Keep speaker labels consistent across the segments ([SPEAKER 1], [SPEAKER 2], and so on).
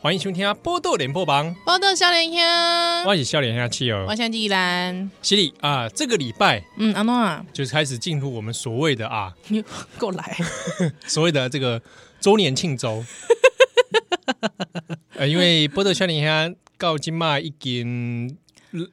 [SPEAKER 1] 欢迎收听《波豆联播榜》，
[SPEAKER 2] 报道小脸兄，
[SPEAKER 1] 我是笑脸下气哦
[SPEAKER 2] 我。想依兰，
[SPEAKER 1] 犀利啊，这个礼拜
[SPEAKER 2] 嗯，阿诺 啊，
[SPEAKER 1] 就是开始进入我们所谓的啊，
[SPEAKER 2] 你过来，
[SPEAKER 1] 所谓的这个周年庆 周。呃，因为波豆笑脸下到今嘛已经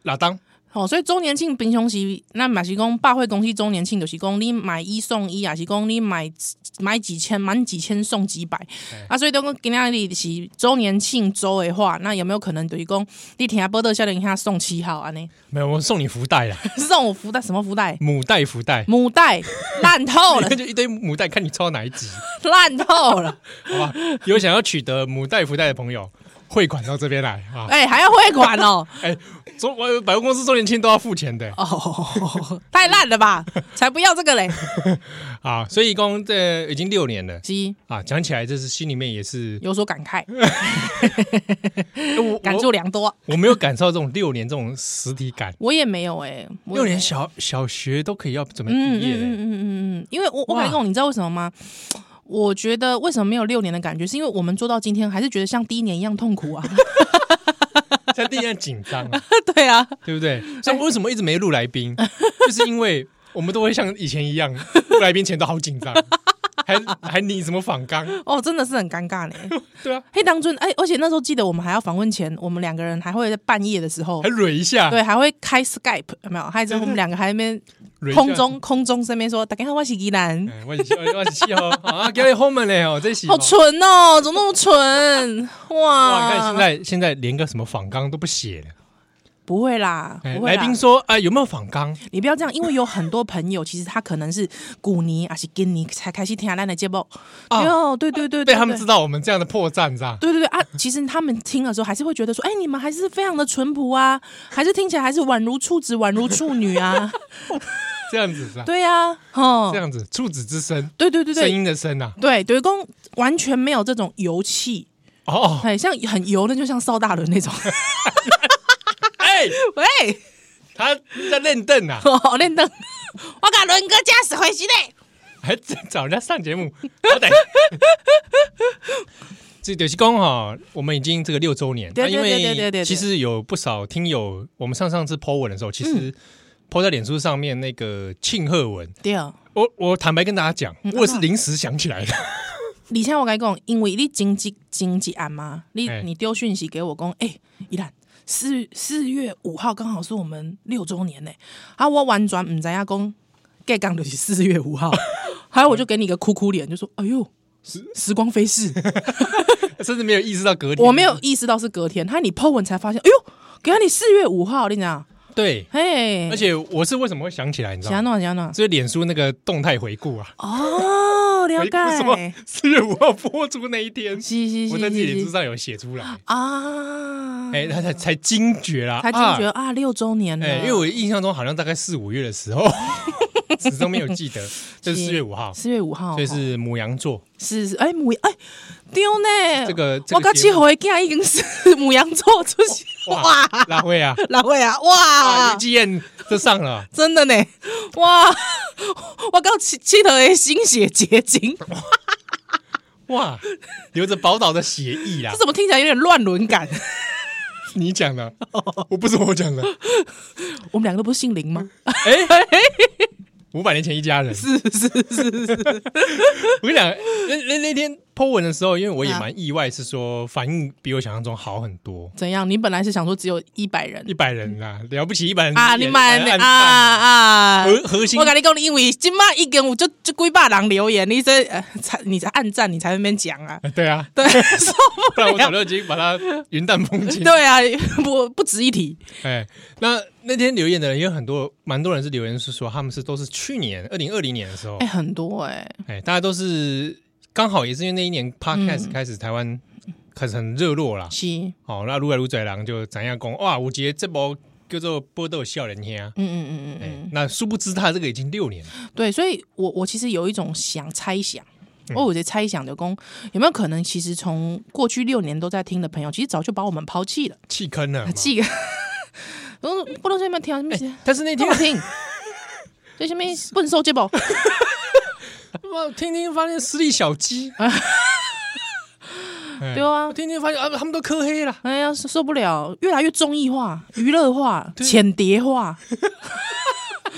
[SPEAKER 1] 拉当，
[SPEAKER 2] 哦，所以周年庆平常时，咱嘛是讲百货公司周年庆，就是讲你买一送一，也是讲你买买几千，满几千送几百
[SPEAKER 1] 哎。
[SPEAKER 2] 啊，所以都讲今仔日是周年庆周的话，那有没有可能就是讲你听报道少年兄送七号安尼？
[SPEAKER 1] 没有我送你福袋啦，
[SPEAKER 2] 送我福袋什么福袋？
[SPEAKER 1] 母带福袋，
[SPEAKER 2] 母 袋烂透
[SPEAKER 1] 你
[SPEAKER 2] 了
[SPEAKER 1] 看，就一堆母带，看你抽哪一集，
[SPEAKER 2] 烂透 了！
[SPEAKER 1] 好吧？有想要取得母带福袋的朋友，汇款到这边来 啊！
[SPEAKER 2] 哎、还要汇款哦！
[SPEAKER 1] 哎，中我百货公司周年庆都要付钱的。
[SPEAKER 2] 哦，太烂了吧，才不要这个嘞！
[SPEAKER 1] 啊，所以公这已经六年了
[SPEAKER 2] 鸡
[SPEAKER 1] 啊，讲起来这是心里面也是，
[SPEAKER 2] 有所感慨，
[SPEAKER 1] 哦哎我
[SPEAKER 2] 感触良多。
[SPEAKER 1] 我我没有感受到这种六年这种实体感，
[SPEAKER 2] 我也没有哎、我也
[SPEAKER 1] 六年小小学都可以要准备
[SPEAKER 2] 嗯嗯
[SPEAKER 1] 毕业
[SPEAKER 2] 嗯嗯
[SPEAKER 1] 嘞，
[SPEAKER 2] 嗯嗯嗯，因为我我
[SPEAKER 1] 哇
[SPEAKER 2] 感觉你知道为什么吗？我觉得为什么没有六年的感觉，是因为我们做到今天还是觉得像第一年一样痛苦 啊。
[SPEAKER 1] 像第一样紧张 啊，
[SPEAKER 2] 对啊，
[SPEAKER 1] 对不对？所以为什么一直没录来 宾，就是因为我们都会像以前一样，录来宾前都好紧张， 还还拟什么访纲，
[SPEAKER 2] 哦，真的是很尴尬呢。
[SPEAKER 1] 对啊，
[SPEAKER 2] 嘿，当中哎，而且那时候记得我们还要访问前，我们两个人还会在半夜的时候
[SPEAKER 1] 还。啊蕊一下，
[SPEAKER 2] 对，还会开 Skype 有没有？还有我们两个还在那边
[SPEAKER 1] 蕊一下
[SPEAKER 2] 空。 中空中身边说，大家好，我是依兰，
[SPEAKER 1] 哎 我是我我是气哦，啊，给你后门嘞哦，这是
[SPEAKER 2] 好蠢哦，怎么那么蠢？
[SPEAKER 1] 哇！你看
[SPEAKER 2] 哇！
[SPEAKER 1] 现在现在连个什么访纲都不写了，
[SPEAKER 2] 不会啦，
[SPEAKER 1] 哎
[SPEAKER 2] 不会
[SPEAKER 1] 来
[SPEAKER 2] 啦
[SPEAKER 1] 宾说啊、有没有仿纲？
[SPEAKER 2] 你不要这样，因为有很多朋友，其实他可能是古尼还是跟尼才开始听咱的节目。
[SPEAKER 1] 啊
[SPEAKER 2] 哦，对对对，
[SPEAKER 1] 被
[SPEAKER 2] 对
[SPEAKER 1] 他们知
[SPEAKER 2] 对
[SPEAKER 1] 道我们这样的破绽，是吧？
[SPEAKER 2] 对对对啊！其实他们听的时候还是会觉得说，哎，你们还是非常的淳朴啊，还是听起来还是宛如处子，宛如处女啊，
[SPEAKER 1] 这样子是吧？
[SPEAKER 2] 对呀、啊，哦
[SPEAKER 1] 这，样子，处子之声，
[SPEAKER 2] 对对对
[SPEAKER 1] 声
[SPEAKER 2] 对
[SPEAKER 1] 音的声 啊！
[SPEAKER 2] 对，对公完全没有这种油气，
[SPEAKER 1] 哦，哦
[SPEAKER 2] 哎，像很油的，就像邵大伦那种，
[SPEAKER 1] 哎，
[SPEAKER 2] 喂，
[SPEAKER 1] 他在练凳啊，
[SPEAKER 2] 哦，练灯，我甲伦哥驾驶回去嘞，
[SPEAKER 1] 还找人家上节目， 好歹。这就是刚好，我们已经这个六周年，
[SPEAKER 2] 对对
[SPEAKER 1] 那
[SPEAKER 2] 对对对
[SPEAKER 1] 因
[SPEAKER 2] 对
[SPEAKER 1] 为
[SPEAKER 2] 对
[SPEAKER 1] 其实有不少听友，我们上上次 Po 文的时候，其
[SPEAKER 2] 嗯
[SPEAKER 1] 实 Po 在脸书上面那个庆贺文，
[SPEAKER 2] 对啊。
[SPEAKER 1] 我我坦白跟大家讲，
[SPEAKER 2] 嗯
[SPEAKER 1] 我也是临时想起来的，
[SPEAKER 2] 而且我跟你讲，因为你经济经济案嘛，你、
[SPEAKER 1] 哎
[SPEAKER 2] 你丢讯息给我讲，哎、依兰四四月五号刚好是我们六周年呢、啊，我完全唔知影讲，盖刚就是四 月五号，还有我就给你一个哭哭脸，就说，哎
[SPEAKER 1] 嗯
[SPEAKER 2] 呦。时时光 飞逝，
[SPEAKER 1] 甚至没有意识到隔天，
[SPEAKER 2] 我没有意识到是隔天。他你 po 文才发现，哎呦，给到你四月五号，你讲，
[SPEAKER 1] 对，
[SPEAKER 2] 嘿，
[SPEAKER 1] 而且我是为什么会想起来，你知道
[SPEAKER 2] 想
[SPEAKER 1] 吗？
[SPEAKER 2] 弄想弄，啊
[SPEAKER 1] 这是脸书那个动态回顾啊，
[SPEAKER 2] 哦，了
[SPEAKER 1] 回顾什么
[SPEAKER 2] 解，
[SPEAKER 1] 四月五号播出那一天，
[SPEAKER 2] 是是是
[SPEAKER 1] 我在自己
[SPEAKER 2] 是
[SPEAKER 1] 脸
[SPEAKER 2] 是
[SPEAKER 1] 书上有写出来，
[SPEAKER 2] 啊，
[SPEAKER 1] 哎，他才才惊觉啦，
[SPEAKER 2] 才惊觉
[SPEAKER 1] 啊，
[SPEAKER 2] 啊，六周年了，
[SPEAKER 1] 哎，因为我印象中好像大概四五月的时 候，始终没有记得，这是四月五号，
[SPEAKER 2] 四月五号，
[SPEAKER 1] 哦所以是母羊座，
[SPEAKER 2] 是是，哎、母哎丢呢，
[SPEAKER 1] 这个这
[SPEAKER 2] 我
[SPEAKER 1] 个
[SPEAKER 2] 刚
[SPEAKER 1] 节
[SPEAKER 2] 七
[SPEAKER 1] 目
[SPEAKER 2] 号的囝已经是母羊座出现，
[SPEAKER 1] 哇，拉会啊，
[SPEAKER 2] 哪位啊？
[SPEAKER 1] 啊，
[SPEAKER 2] 哇
[SPEAKER 1] 于，继燕这上了，
[SPEAKER 2] 真的呢，哇，我刚七七头的心血结晶，
[SPEAKER 1] 哇，流着宝岛的血意啦
[SPEAKER 2] 这，怎么听起来有点乱伦感？
[SPEAKER 1] 你讲的，我不是我讲的，
[SPEAKER 2] 我们两个都不是姓林吗？
[SPEAKER 1] 哎，五百年前一家人，
[SPEAKER 2] 是是 是是，
[SPEAKER 1] 我跟你讲，那那那天 Po 文的时候，因为我也
[SPEAKER 2] 啊
[SPEAKER 1] 蛮意外，是说反应比我想象中好很多，
[SPEAKER 2] 怎样？你本来是想说只有一百人
[SPEAKER 1] 一百人呐、了不起一百人哎
[SPEAKER 2] 啊？
[SPEAKER 1] 也
[SPEAKER 2] 你买
[SPEAKER 1] 按按
[SPEAKER 2] 啊
[SPEAKER 1] 哎
[SPEAKER 2] 啊！
[SPEAKER 1] 核核心
[SPEAKER 2] 我跟你讲，因为今麦已经有就就几百人留言，你这呃才你才暗赞，你才在那边讲啊，
[SPEAKER 1] 对 啊，
[SPEAKER 2] 对，受
[SPEAKER 1] 不然我早就已经把它云淡风 轻。
[SPEAKER 2] 对啊，不不值一提。
[SPEAKER 1] 哎，那那天留言的人也有很多，蛮多人是留言是说他们是都是去年二零二零年的时候
[SPEAKER 2] 哎、，很多哎、
[SPEAKER 1] 哎，大家都是刚好也是因为那一年 Podcast
[SPEAKER 2] 嗯
[SPEAKER 1] 开始台湾。开始很热络啦，
[SPEAKER 2] 是，嗯
[SPEAKER 1] 哦，那撸来撸嘴狼就怎样讲哇？我觉得这波叫做波豆笑人听，
[SPEAKER 2] 嗯嗯嗯嗯
[SPEAKER 1] 哎、那殊不知他这个已经六年了，
[SPEAKER 2] 嗯，对，所以我我其实有一种想猜想，哦
[SPEAKER 1] 嗯
[SPEAKER 2] 我有在猜想的公有没有可能，其实从过去六年都在听的朋友，其实早就把我们抛啊弃了，
[SPEAKER 1] 弃坑了嘛。
[SPEAKER 2] 这个， 我说不能这么听啊，什么意思？
[SPEAKER 1] 但是那
[SPEAKER 2] 听
[SPEAKER 1] 天
[SPEAKER 2] 不听？这什么笨手接不？啊
[SPEAKER 1] 我听听发现私立小鸡， 哎
[SPEAKER 2] 对啊
[SPEAKER 1] 我天天发现啊，他们都磕黑了，
[SPEAKER 2] 哎呀，受受不了，越来越综艺化、娱乐化、浅 碟化，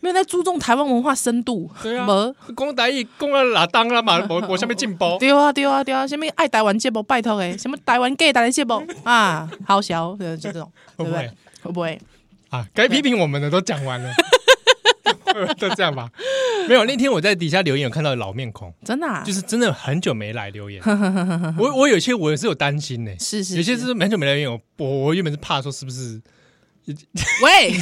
[SPEAKER 2] 没有在注重台湾文化深度。
[SPEAKER 1] 对啊
[SPEAKER 2] 没
[SPEAKER 1] 光台语讲啊哪当啦嘛， 我我下面进包，
[SPEAKER 2] 对啊，对啊，对啊，什么爱台湾节目，拜托诶， 什么台湾 gay 台的节目 啊，好小，对就这种，
[SPEAKER 1] 会
[SPEAKER 2] 对
[SPEAKER 1] 不
[SPEAKER 2] 不
[SPEAKER 1] 会
[SPEAKER 2] 对？会不会？
[SPEAKER 1] 啊，该批评我们的都讲完 了，都这样吧。没有，那天我在底下留言有看到老面孔，
[SPEAKER 2] 真的啊
[SPEAKER 1] 就，是真的很久没来留 言。我我有些我也是有担心呢，
[SPEAKER 2] 是是
[SPEAKER 1] 有些
[SPEAKER 2] 是
[SPEAKER 1] 是很久没来留言，我我我原本是怕说是不是
[SPEAKER 2] 喂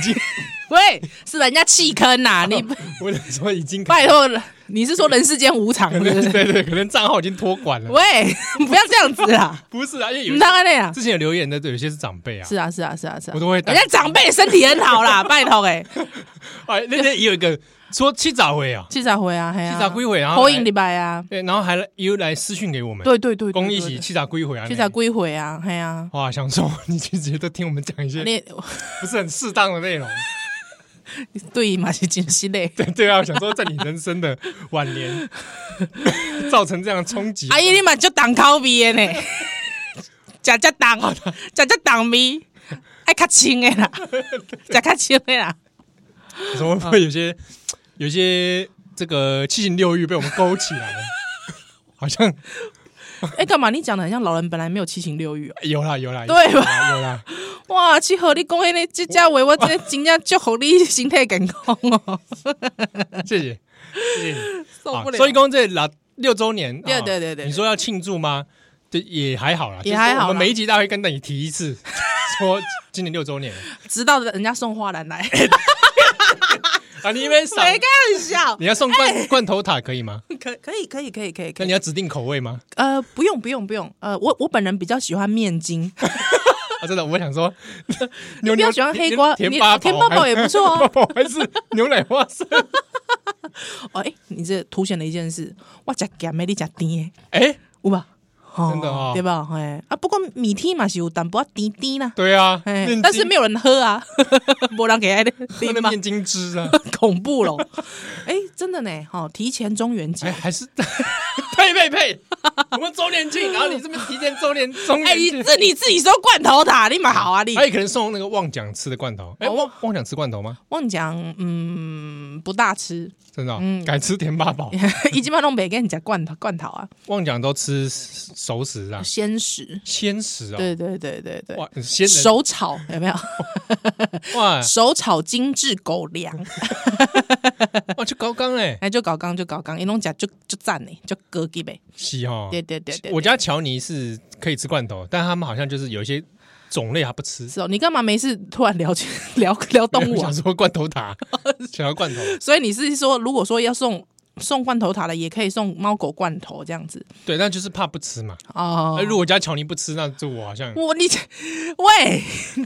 [SPEAKER 2] 喂，是人家弃 坑呐，你
[SPEAKER 1] 我想说已 经
[SPEAKER 2] 拜托了，你是说人世间无常，
[SPEAKER 1] 可
[SPEAKER 2] 是
[SPEAKER 1] 能
[SPEAKER 2] 不 是？
[SPEAKER 1] 对对，可能账号已经托管了。
[SPEAKER 2] 喂， 不要这样子啊，
[SPEAKER 1] 不是啊，因为 有
[SPEAKER 2] 你当然那样。
[SPEAKER 1] 之前有留言的，有些是长辈啊，
[SPEAKER 2] 是啊，是啊，是啊，是啊，
[SPEAKER 1] 我都会打
[SPEAKER 2] 人家长辈身体很好啦， 拜托哎、
[SPEAKER 1] 哎，那天也有一个说七早回啊，
[SPEAKER 2] 七十回啊，嘿啊，
[SPEAKER 1] 七早归回，然后
[SPEAKER 2] 火
[SPEAKER 1] 来
[SPEAKER 2] 影礼拜啊，
[SPEAKER 1] 对，然后还来又来私讯给我们，
[SPEAKER 2] 对对对，
[SPEAKER 1] 公一起七早归回啊，
[SPEAKER 2] 七十归回啊，嘿啊，
[SPEAKER 1] 哇，想说你就直接都听我们讲一些
[SPEAKER 2] 你
[SPEAKER 1] 不是很适当的内容，
[SPEAKER 2] 对嘛是真心嘞。
[SPEAKER 1] 对对啊，想说在你人生的晚年造成这样的冲击，
[SPEAKER 2] 阿 姨，啊你嘛就当口味的呢， 食只当，食只当味，爱较清的啦， 食较清的啦。
[SPEAKER 1] 怎么会不会有些有些这个七情六欲被我们勾起来了？ 好像
[SPEAKER 2] 哎、干嘛？你讲的很像老人本来没有七情六欲哦。
[SPEAKER 1] 有啦有啦，
[SPEAKER 2] 对啊
[SPEAKER 1] 有
[SPEAKER 2] 吧
[SPEAKER 1] 啦有啦，
[SPEAKER 2] 哇，去和你讲迄个这家话，我真的真正 祝福你身体健康哦，
[SPEAKER 1] 谢谢谢谢你。
[SPEAKER 2] 受不了。
[SPEAKER 1] 所以公这老六周年，
[SPEAKER 2] 对
[SPEAKER 1] 啊
[SPEAKER 2] 对对对
[SPEAKER 1] 你说要庆祝吗？对，也还好啦，
[SPEAKER 2] 也还好啦
[SPEAKER 1] 就是我们每一集大会跟你提一次， 说今年六周年
[SPEAKER 2] 直到人家送花篮 来，
[SPEAKER 1] 啊，你因 为赏
[SPEAKER 2] 谁哎开玩笑？
[SPEAKER 1] 你要送
[SPEAKER 2] 哎
[SPEAKER 1] 罐罐头塔可以吗？
[SPEAKER 2] 可可以可以可以可以可
[SPEAKER 1] 那
[SPEAKER 2] 以
[SPEAKER 1] 你。要指定口味吗？
[SPEAKER 2] 呃，不用不用不用。呃，我我本人比较喜欢面筋，
[SPEAKER 1] 啊，真的，我想说，牛
[SPEAKER 2] 比
[SPEAKER 1] 牛
[SPEAKER 2] 较喜欢黑瓜，
[SPEAKER 1] 甜
[SPEAKER 2] 你
[SPEAKER 1] 八
[SPEAKER 2] 甜八宝也不 错哦。
[SPEAKER 1] 哦，还是牛奶花 生？
[SPEAKER 2] 哦，哎、你这凸显了一件事，我食咸的，你食甜的，
[SPEAKER 1] 哎，
[SPEAKER 2] 有吧？哦
[SPEAKER 1] 真的哦
[SPEAKER 2] 对吧？哎啊，不过米梯嘛是有淡薄仔甜甜啦，
[SPEAKER 1] 对啊，
[SPEAKER 2] 哎
[SPEAKER 1] 面，
[SPEAKER 2] 但是没有人 喝啊，没人给爱的
[SPEAKER 1] 有
[SPEAKER 2] 甜
[SPEAKER 1] 那
[SPEAKER 2] 嘛，
[SPEAKER 1] 面筋汁啊，
[SPEAKER 2] 恐怖咯。 哎、真的呢，哦，提前中元节
[SPEAKER 1] 哎，，还是 呸呸呸，我们周年庆，然后你这边提前周年周
[SPEAKER 2] 哎、
[SPEAKER 1] 年
[SPEAKER 2] 你
[SPEAKER 1] 庆。
[SPEAKER 2] 这你自己说罐头塔，你蛮好啊，你
[SPEAKER 1] 还有可能送那个旺奖吃的罐头，哎、
[SPEAKER 2] 哦
[SPEAKER 1] 旺旺奖吃罐头吗？
[SPEAKER 2] 忘讲，嗯，不大吃，
[SPEAKER 1] 真的、哦，
[SPEAKER 2] 嗯
[SPEAKER 1] 改吃甜八宝。
[SPEAKER 2] 一斤半弄北给你讲罐头罐头啊，
[SPEAKER 1] 旺奖都吃熟食啊，
[SPEAKER 2] 鲜食，
[SPEAKER 1] 鲜食啊、
[SPEAKER 2] 对对对对对。
[SPEAKER 1] 哇，鲜人啊
[SPEAKER 2] 手炒有没有？
[SPEAKER 1] 哇
[SPEAKER 2] 手炒精致狗粮，
[SPEAKER 1] 哇，就高刚哎，
[SPEAKER 2] 哎，就搞刚就搞刚，一弄讲就就赞呢，就高级呗。
[SPEAKER 1] 是哦。
[SPEAKER 2] 对对对对，
[SPEAKER 1] 我
[SPEAKER 2] 对
[SPEAKER 1] 家乔尼是可以吃罐头，但他们好像就是有一些种类他不吃。
[SPEAKER 2] 是哦，你干嘛没事突然聊起 聊聊动
[SPEAKER 1] 我
[SPEAKER 2] 物啊哦
[SPEAKER 1] 想？说罐头 塔，想要罐头，
[SPEAKER 2] 所以你是说，如果说要送送罐头塔的，也可以送猫狗罐头这样子
[SPEAKER 1] 对，但就是怕不吃嘛。哎
[SPEAKER 2] 哦
[SPEAKER 1] 那。如果家乔尼不吃，那就我好像
[SPEAKER 2] 我你 喂，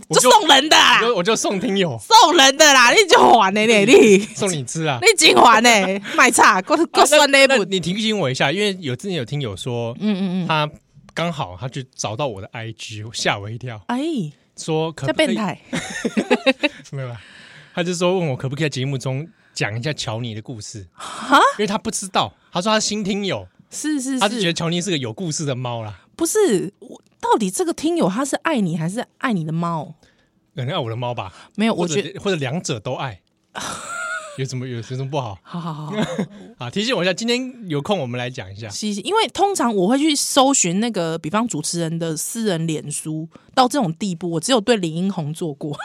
[SPEAKER 1] 我
[SPEAKER 2] 就
[SPEAKER 1] 就
[SPEAKER 2] 送人的
[SPEAKER 1] 我
[SPEAKER 2] 啦，
[SPEAKER 1] 就我就送听 友
[SPEAKER 2] 送人的啦，你就还的呢，你
[SPEAKER 1] 送你吃啊。
[SPEAKER 2] 你真还呢，卖差，够够算
[SPEAKER 1] 那那
[SPEAKER 2] 那不？
[SPEAKER 1] 你提醒我一下，因为有之前有听友说，
[SPEAKER 2] 嗯嗯嗯，
[SPEAKER 1] 他刚好他就找到我的 IG，吓我一跳，
[SPEAKER 2] 哎，
[SPEAKER 1] 说可
[SPEAKER 2] 这
[SPEAKER 1] 不可
[SPEAKER 2] 变
[SPEAKER 1] 以
[SPEAKER 2] 态，
[SPEAKER 1] 没有啦，啊他就说问我可不可以在节目中讲一下乔尼的故事，因为他不知道，他说他新听友，
[SPEAKER 2] 是是
[SPEAKER 1] 他就觉
[SPEAKER 2] 是
[SPEAKER 1] 得，乔尼是个有故事的猫啦，
[SPEAKER 2] 不是我到底这个听友他是爱你还是爱你的猫？
[SPEAKER 1] 可能爱我的猫吧，
[SPEAKER 2] 没有，
[SPEAKER 1] 或
[SPEAKER 2] 我
[SPEAKER 1] 者
[SPEAKER 2] 觉得
[SPEAKER 1] 或者两者都爱， 有什么有有什么不好
[SPEAKER 2] 好好好。好
[SPEAKER 1] 啊？提醒我一下，今天有空我们来讲 一下，
[SPEAKER 2] 是，是因为通常我会去搜寻那个，比方主持人的私人脸书，到这种地步，我只有对林英红做过。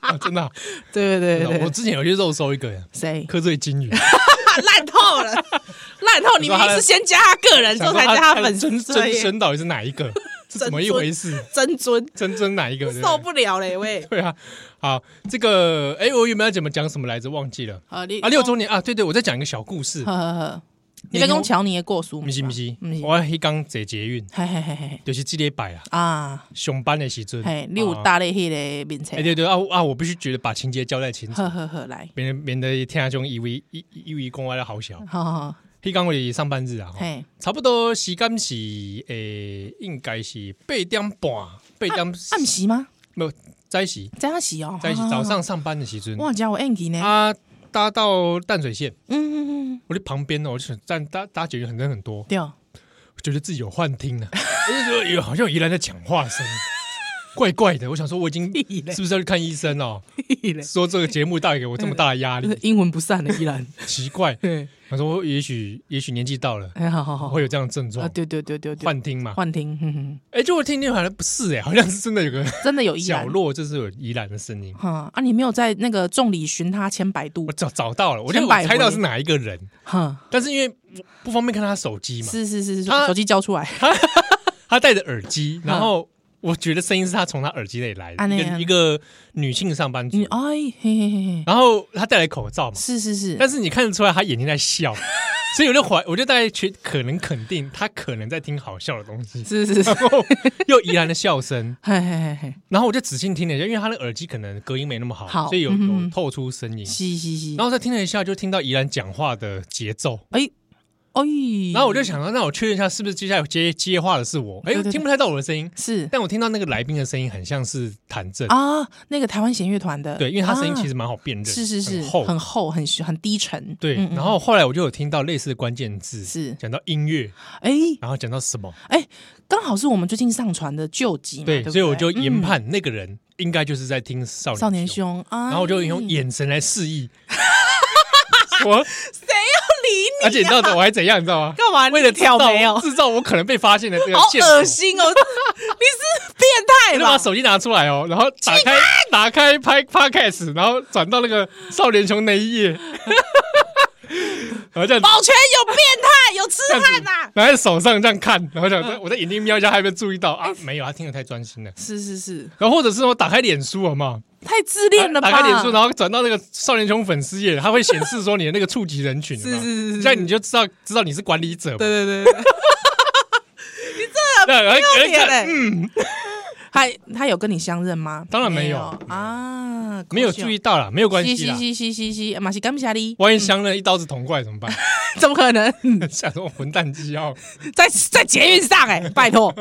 [SPEAKER 1] 啊真的啊，
[SPEAKER 2] 对对
[SPEAKER 1] 真的啊我之前有去肉搜一个人，
[SPEAKER 2] 谁？
[SPEAKER 1] 科醉金鱼，
[SPEAKER 2] 啊 烂透了， 烂透！你
[SPEAKER 1] 说
[SPEAKER 2] 明
[SPEAKER 1] 他
[SPEAKER 2] 明是先加他个人，之后才
[SPEAKER 1] 想
[SPEAKER 2] 加
[SPEAKER 1] 说
[SPEAKER 2] 他
[SPEAKER 1] 的
[SPEAKER 2] 粉丝
[SPEAKER 1] 真
[SPEAKER 2] 专
[SPEAKER 1] 真
[SPEAKER 2] 业，
[SPEAKER 1] 真到底是哪一 个？是怎么一回事？
[SPEAKER 2] 真尊
[SPEAKER 1] 真真哪一个？对不对
[SPEAKER 2] 受不了 嘞喂！
[SPEAKER 1] 对啊，好，这个哎，我原本要怎么讲什么来着？忘记了。
[SPEAKER 2] 啊你
[SPEAKER 1] 啊，六周年啊，对对，我再讲一个小故事
[SPEAKER 2] 呵，呵呵，你别跟我瞧你的过书，
[SPEAKER 1] 不是不是
[SPEAKER 2] 不是，
[SPEAKER 1] 我迄刚坐捷运，
[SPEAKER 2] 嘿嘿嘿嘿嘿
[SPEAKER 1] 就是这礼拜啊，
[SPEAKER 2] 啊
[SPEAKER 1] 上班的时阵，
[SPEAKER 2] 嘿，你有
[SPEAKER 1] 啊，
[SPEAKER 2] 搭咧迄个面册
[SPEAKER 1] 哎，对对啊啊，我必须觉得把情节交代清楚，
[SPEAKER 2] 呵呵呵来，
[SPEAKER 1] 免得免得听下种以为以以为讲我咧好笑。
[SPEAKER 2] 好好好
[SPEAKER 1] 迄刚我是上班日啊，吼
[SPEAKER 2] 嗯嘿，
[SPEAKER 1] 差不多时间是诶，应该是八点半，八点
[SPEAKER 2] 暗时吗？
[SPEAKER 1] 没有早起，
[SPEAKER 2] 这样时哦，
[SPEAKER 1] 早起
[SPEAKER 2] 好
[SPEAKER 1] 早，上上班的时阵
[SPEAKER 2] 好好哇，加我 Angie 呢，
[SPEAKER 1] 啊，搭到淡水线，
[SPEAKER 2] 嗯嗯嗯嗯，
[SPEAKER 1] 我的旁边哦，我就想站搭搭捷运很人很多，
[SPEAKER 2] 对哦，
[SPEAKER 1] 我觉得自己有幻听啊， 我就觉得有好像有宜兰在讲话声， 怪怪的。我想说，我已经
[SPEAKER 2] 屁嘞
[SPEAKER 1] 是不是要去看医生哦？
[SPEAKER 2] 屁嘞
[SPEAKER 1] 说这个节目带给我这么大的压
[SPEAKER 2] 就是
[SPEAKER 1] 力，
[SPEAKER 2] 阴魂不散的依 然。
[SPEAKER 1] 奇怪。
[SPEAKER 2] 对，
[SPEAKER 1] 他说，也许也许年纪到了
[SPEAKER 2] 哎，好好好
[SPEAKER 1] 会，有这样的症
[SPEAKER 2] 啊，
[SPEAKER 1] 状，
[SPEAKER 2] 对对对对对，哦
[SPEAKER 1] 幻听嘛。
[SPEAKER 2] 幻听，哼哼
[SPEAKER 1] 哎，就我听听好像不是哎，好像是真的有个
[SPEAKER 2] 真的有依
[SPEAKER 1] 角
[SPEAKER 2] 然。
[SPEAKER 1] 落就是有宜兰的声音。
[SPEAKER 2] 哈啊，你没有在那个众里寻他千百度
[SPEAKER 1] 我，找找到了，我就
[SPEAKER 2] 千
[SPEAKER 1] 我
[SPEAKER 2] 百回
[SPEAKER 1] 猜到是哪一个人，
[SPEAKER 2] 哈，
[SPEAKER 1] 但是因为我不方便看他手机嘛，
[SPEAKER 2] 是是是是，
[SPEAKER 1] 他
[SPEAKER 2] 手机交出来，
[SPEAKER 1] 他戴着耳机，
[SPEAKER 2] 嗯
[SPEAKER 1] 然后我觉得声音是他从他耳机里来
[SPEAKER 2] 啊
[SPEAKER 1] 的，
[SPEAKER 2] 那
[SPEAKER 1] 一
[SPEAKER 2] 样
[SPEAKER 1] 个一个女性上班族
[SPEAKER 2] 你，哎，嘿嘿嘿嘿，
[SPEAKER 1] 然后他戴了口罩嘛，
[SPEAKER 2] 是是是，
[SPEAKER 1] 但是你看得出来他眼睛在 笑，所以我就怀，我就大概去可能肯定他可能在听好笑的东西，
[SPEAKER 2] 是是是
[SPEAKER 1] 然，后又怡然的笑声，
[SPEAKER 2] 嘿嘿嘿嘿，
[SPEAKER 1] 然后我就仔细听了一下，因为他的耳机可能隔音没那么好，
[SPEAKER 2] 好
[SPEAKER 1] 所以有
[SPEAKER 2] 嗯
[SPEAKER 1] 有
[SPEAKER 2] 哼
[SPEAKER 1] 透出声音，
[SPEAKER 2] 嘻嘻嘻
[SPEAKER 1] 然，后再听了一下，就听到怡然讲话的节奏。
[SPEAKER 2] 哎哎，
[SPEAKER 1] 然后我就想说，那我确认一下，是不是接下来接接话的是我？哎
[SPEAKER 2] 对对，对
[SPEAKER 1] 听不太到我的声音，
[SPEAKER 2] 是
[SPEAKER 1] 但我听到那个来宾的声音很像是谭震，
[SPEAKER 2] 啊，那个台湾弦乐团的，
[SPEAKER 1] 对，因为他声音其
[SPEAKER 2] 实
[SPEAKER 1] 实蛮好辨认，
[SPEAKER 2] 是是是
[SPEAKER 1] 很厚。
[SPEAKER 2] 很厚很虚很低沉，
[SPEAKER 1] 对，
[SPEAKER 2] 嗯嗯
[SPEAKER 1] 然后后来我就有听到类似的关键字，
[SPEAKER 2] 是
[SPEAKER 1] 讲到音乐，
[SPEAKER 2] 哎
[SPEAKER 1] 然后讲到什么，
[SPEAKER 2] 哎，刚好是我们最近上传的旧集嘛，
[SPEAKER 1] 对，
[SPEAKER 2] 对不对，
[SPEAKER 1] 所以我就研
[SPEAKER 2] 嗯
[SPEAKER 1] 判那个人应该就是在听少
[SPEAKER 2] 少
[SPEAKER 1] 年
[SPEAKER 2] 年，凶啊，
[SPEAKER 1] 然后我就用眼神来示 意。我，
[SPEAKER 2] 谁要 理
[SPEAKER 1] 而且你知道我还怎样，你知道吗？
[SPEAKER 2] 干嘛？
[SPEAKER 1] 为了
[SPEAKER 2] 你挑眉哦，
[SPEAKER 1] 制造我可能被发现的这个
[SPEAKER 2] 好
[SPEAKER 1] 线索
[SPEAKER 2] 恶心哦！你是
[SPEAKER 1] 我
[SPEAKER 2] 变态
[SPEAKER 1] 就把
[SPEAKER 2] 吧？
[SPEAKER 1] 手机拿出来哦，然后打开打开拍 podcast，然后转到那个少年穷那一页， 然后这样
[SPEAKER 2] 保全有变态，有痴
[SPEAKER 1] 这样
[SPEAKER 2] 汉
[SPEAKER 1] 子
[SPEAKER 2] 呐！
[SPEAKER 1] 拿在手上这样看，然后想说我在眼睛瞄一下，还没注意到啊，没有，他听得太专心了。
[SPEAKER 2] 是是是，
[SPEAKER 1] 然后或者是我打开脸书好不好？
[SPEAKER 2] 太自恋了吧？
[SPEAKER 1] 打开脸书，然后转到那个少年穷粉丝页，它会显示说你的那个触及人群，有没有
[SPEAKER 2] 是是是是
[SPEAKER 1] 这样你就知道知道你是管理者嘛。哎
[SPEAKER 2] 对对对对，
[SPEAKER 1] 对，然后然
[SPEAKER 2] 特
[SPEAKER 1] 后
[SPEAKER 2] 别
[SPEAKER 1] 看
[SPEAKER 2] 嘞。嗯，他他有跟你相认吗？
[SPEAKER 1] 当然没有
[SPEAKER 2] 啊，
[SPEAKER 1] 没有
[SPEAKER 2] 可惜哦
[SPEAKER 1] 注意。到啦，没有关
[SPEAKER 2] 嘻
[SPEAKER 1] 系
[SPEAKER 2] 嘻
[SPEAKER 1] 啦。
[SPEAKER 2] 嘻嘻嘻嘻，马西干不下你，
[SPEAKER 1] 万一相认一刀子捅过来怎么办？
[SPEAKER 2] 怎么可能
[SPEAKER 1] 吓得我混蛋机哦！
[SPEAKER 2] 在在捷运上？哎，拜托，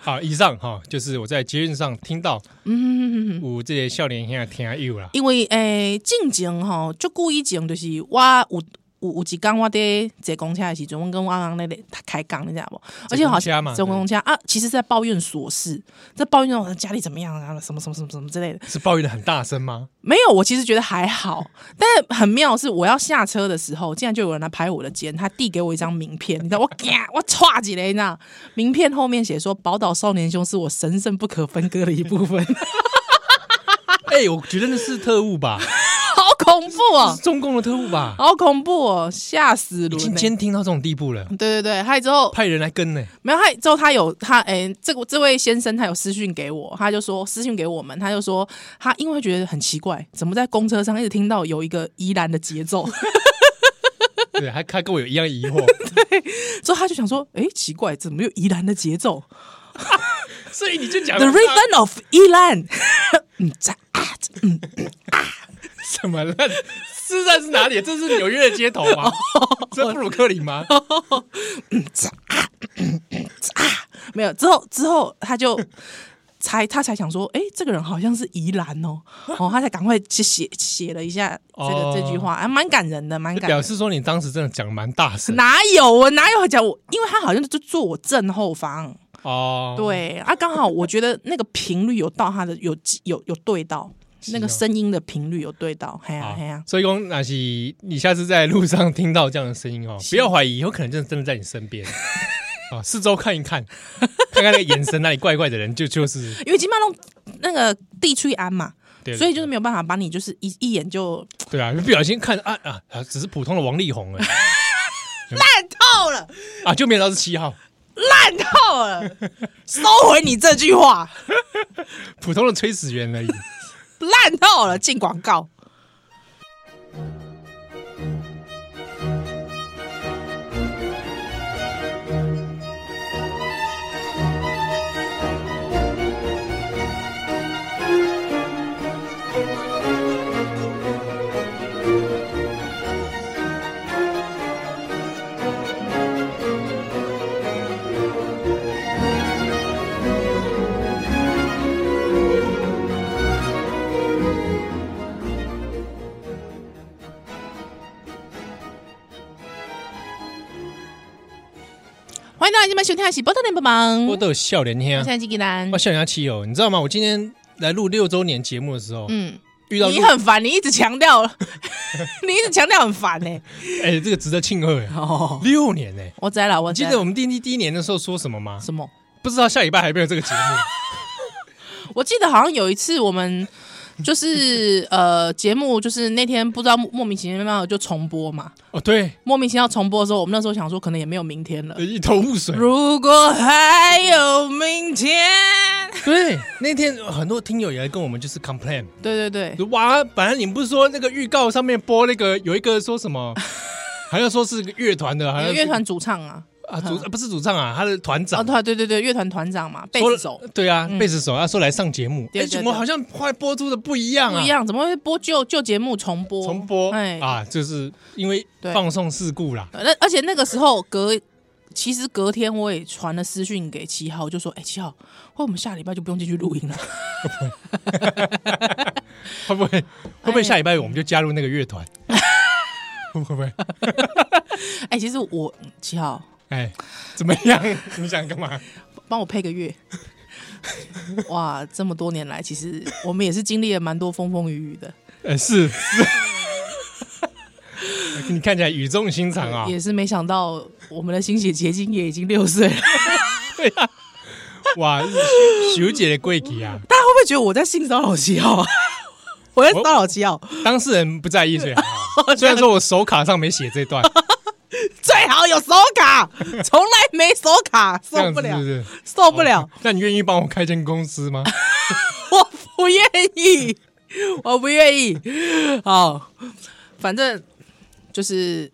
[SPEAKER 1] 好，以上哈、就是我在捷运上听到
[SPEAKER 2] 嗯，
[SPEAKER 1] 有这些笑脸兄听友啦，
[SPEAKER 2] 因为诶，进前吼，就久以前就是我有有有一天我伫坐公车的时阵，我跟我翁咧咧开讲，你知道无？而且
[SPEAKER 1] 坐
[SPEAKER 2] 好
[SPEAKER 1] 公车
[SPEAKER 2] 像
[SPEAKER 1] 嘛
[SPEAKER 2] 坐公车啊，其实是在抱怨琐事，在抱怨我家里怎么样啊，什么什么什么什么之类的。
[SPEAKER 1] 是抱怨的很大声吗？
[SPEAKER 2] 没有，我其实觉得还好，但是很妙的是，我要下车的时候，竟然就有人来拍我的肩，他递给我一张名片，你知道我嘎， 我歘几雷呢？名片后面写说“宝岛少年兄”是我神圣不可分割的一部 分，
[SPEAKER 1] 哎、我觉得那是特务吧，
[SPEAKER 2] 好恐怖 哦
[SPEAKER 1] 是，中共的特务吧，
[SPEAKER 2] 好恐怖哦，吓死
[SPEAKER 1] 已
[SPEAKER 2] 人、
[SPEAKER 1] 经
[SPEAKER 2] 欸！
[SPEAKER 1] 监听到这种地 步了，
[SPEAKER 2] 对对对，还有之后
[SPEAKER 1] 派人来跟呢、
[SPEAKER 2] 没有，还有之后他有他诶、这个这位先生他有私讯给我，他就说私讯给我们，他就说他因为觉得很奇怪，怎么在公车上一直听到有一个宜兰的节奏，
[SPEAKER 1] 对，还还跟我有一样疑惑，
[SPEAKER 2] 之后他就想说，诶、奇怪，怎么有宜兰的节奏
[SPEAKER 1] 所以你就讲
[SPEAKER 2] ？The
[SPEAKER 1] 了
[SPEAKER 2] rhythm of 宜兰，嗯，在啊，嗯，
[SPEAKER 1] 什么了？是啊在是哪里？这是纽约的街头 吗？
[SPEAKER 2] 哦
[SPEAKER 1] 这是布鲁克林吗？
[SPEAKER 2] 没有。之后之后他就才他才想说，诶、这个人好像是宜兰哦，哦，他才赶快去写写了一下这个、
[SPEAKER 1] 哦
[SPEAKER 2] 这句话，还、蛮感人的，蛮感人
[SPEAKER 1] 表
[SPEAKER 2] 的。
[SPEAKER 1] 示说你当时真的讲得蛮大声
[SPEAKER 2] 哪有啊？哪有讲我？因为他好像就坐我正后方，
[SPEAKER 1] 哦，，
[SPEAKER 2] 对啊，刚好我觉得那个频率有到他的有有有对到那
[SPEAKER 1] 哦
[SPEAKER 2] 个声音的频率有对到，嘿呀
[SPEAKER 1] 好
[SPEAKER 2] 嘿呀，
[SPEAKER 1] 所以说那是你下次在路上听到这样的声音哦，不要怀疑，有可能真的真的在你身 边哦，四周看一看， 看看那个眼神那里怪怪的人，就就是
[SPEAKER 2] 因为金马龙那个地区安嘛，
[SPEAKER 1] 对，
[SPEAKER 2] 所以就是没有办法把你就是一一眼就
[SPEAKER 1] 对啊，不小心看啊啊啊，只是普通的王力 宏而已
[SPEAKER 2] 烂透了，
[SPEAKER 1] 啊，就没有到是七号，
[SPEAKER 2] 烂透了，收回你这句话，
[SPEAKER 1] 普通的崔始源而已。
[SPEAKER 2] 嗯烂透了，进广告。欢迎大家今晚收听的是《波特连帮忙》，
[SPEAKER 1] 我都有笑脸听
[SPEAKER 2] 我现，在是吉兰
[SPEAKER 1] 我。笑脸要气哦，你知道吗？我今天来录六周年节目的时候，
[SPEAKER 2] 嗯，
[SPEAKER 1] 遇到
[SPEAKER 2] 你
[SPEAKER 1] 录
[SPEAKER 2] 很烦，你一直强调， 你一直强调很烦呢、
[SPEAKER 1] 哎，这个值得庆贺哎，
[SPEAKER 2] 哦，
[SPEAKER 1] 六年哎。
[SPEAKER 2] 我知道了，我
[SPEAKER 1] 你
[SPEAKER 2] 知
[SPEAKER 1] 记
[SPEAKER 2] 道
[SPEAKER 1] 得
[SPEAKER 2] 了
[SPEAKER 1] 我们第一第一年的时候说什么吗？
[SPEAKER 2] 什么？
[SPEAKER 1] 不知道下礼拜还有没有这个节 目？
[SPEAKER 2] 我记得好像有一次我们 就是呃节目，就是那天不知道莫莫名其妙就重播嘛，
[SPEAKER 1] 哦，对，
[SPEAKER 2] 莫名其妙重播的时候，我们那时候想说可能也没有明天了。
[SPEAKER 1] 一头雾水。
[SPEAKER 2] 如果还有明天，
[SPEAKER 1] 对，那天很多听友也来跟我们就是 complain，
[SPEAKER 2] 对对对，
[SPEAKER 1] 哇，本来你们不是说那个预告上面播那个有一个说什么， 还要说是个乐团的，还
[SPEAKER 2] 有
[SPEAKER 1] 要
[SPEAKER 2] 乐团主唱啊，
[SPEAKER 1] 啊主不是主唱啊，他的团
[SPEAKER 2] 哦
[SPEAKER 1] 长。
[SPEAKER 2] 对对对对，乐团团长嘛，贝
[SPEAKER 1] 说
[SPEAKER 2] 斯
[SPEAKER 1] 了
[SPEAKER 2] 手嗯
[SPEAKER 1] 对啊，贝斯手他说来上节目，
[SPEAKER 2] 对
[SPEAKER 1] 哎，
[SPEAKER 2] 对对
[SPEAKER 1] 怎么好像快播出的不一样
[SPEAKER 2] 不
[SPEAKER 1] 啊？
[SPEAKER 2] 一，样，怎么会播旧旧节目重播？
[SPEAKER 1] 重播
[SPEAKER 2] 哎
[SPEAKER 1] 啊，就是因为
[SPEAKER 2] 对
[SPEAKER 1] 放送事故啦。
[SPEAKER 2] 那而且那个时候隔，其实隔天我也传了私讯给七号，就说：“哎、七号，会我们下礼拜就不用继续录音了。
[SPEAKER 1] 会不会会不会下礼拜我们就加入那个乐 团？会不会？
[SPEAKER 2] 哎、其实我嗯七号
[SPEAKER 1] 哎，怎么样？ 你想干嘛？
[SPEAKER 2] 帮我配个乐。 哇，这么多年来，其实我们也是经历了蛮多风风雨雨的，
[SPEAKER 1] 呃，是是， 你看起来语重心长啊。
[SPEAKER 2] 也是没想到我们的心血结晶也已经六岁了。
[SPEAKER 1] 哇，徐姐的贵体啊，
[SPEAKER 2] 大家会不会觉得我在性骚扰七 号啊？我在骚扰七号，
[SPEAKER 1] 当事人不在意最 好。啊虽然说我手卡上没写这段，
[SPEAKER 2] 最好有手卡，从来没手卡，
[SPEAKER 1] 这
[SPEAKER 2] 受
[SPEAKER 1] 样
[SPEAKER 2] 不
[SPEAKER 1] 子
[SPEAKER 2] 了
[SPEAKER 1] 是哦不，是？
[SPEAKER 2] 受不了。
[SPEAKER 1] 那你愿意帮我开间公司吗？
[SPEAKER 2] 我不愿意，我不愿意。好，反正就是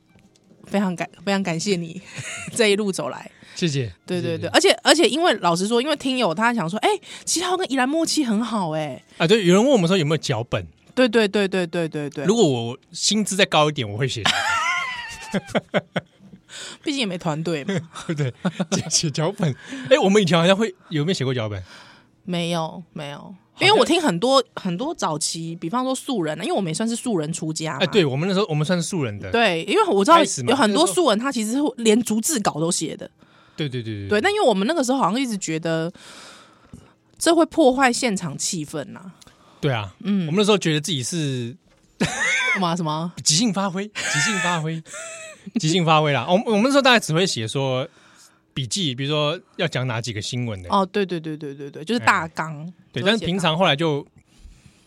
[SPEAKER 2] 非常感非常感谢你 这一路走来。
[SPEAKER 1] 谢谢。
[SPEAKER 2] 对对对，
[SPEAKER 1] 谢谢
[SPEAKER 2] 而且而且，因为老实说，因为听友他想说，哎、七号跟宜兰默契很好、哎，
[SPEAKER 1] 啊，对，有人问我们说有没有脚本？
[SPEAKER 2] 对对对对对对对
[SPEAKER 1] 如，果我薪资再高一点，我会写，
[SPEAKER 2] 毕竟也没团队嘛，
[SPEAKER 1] 对不对？写写脚本。哎，我们以前好像会有没有写过脚本？
[SPEAKER 2] 没有没有，因为我听很多很多早期，比方说素人，因为我们也算是素人出家嘛，
[SPEAKER 1] 哎，对我们那时候我们算是素人的，
[SPEAKER 2] 啊对，因为我知道
[SPEAKER 1] 开始嘛
[SPEAKER 2] 有很多
[SPEAKER 1] 就是说
[SPEAKER 2] 素人，他其实是连逐字稿都写的，
[SPEAKER 1] 对对对
[SPEAKER 2] 对，但因为我们那个时候好像一直觉得这会破坏现场气氛呐、
[SPEAKER 1] 对啊，嗯，我们那时候觉得自己是
[SPEAKER 2] 干嘛什么？
[SPEAKER 1] 即兴发挥，即兴发挥， 即兴发挥啦。我们我们那时候大概只会写说笔记，比如说要讲哪几个新闻的，
[SPEAKER 2] 哦，对对对对对对，就是大纲。
[SPEAKER 1] 哎对。
[SPEAKER 2] 就
[SPEAKER 1] 但是
[SPEAKER 2] 写
[SPEAKER 1] 平
[SPEAKER 2] 纲
[SPEAKER 1] 常后来就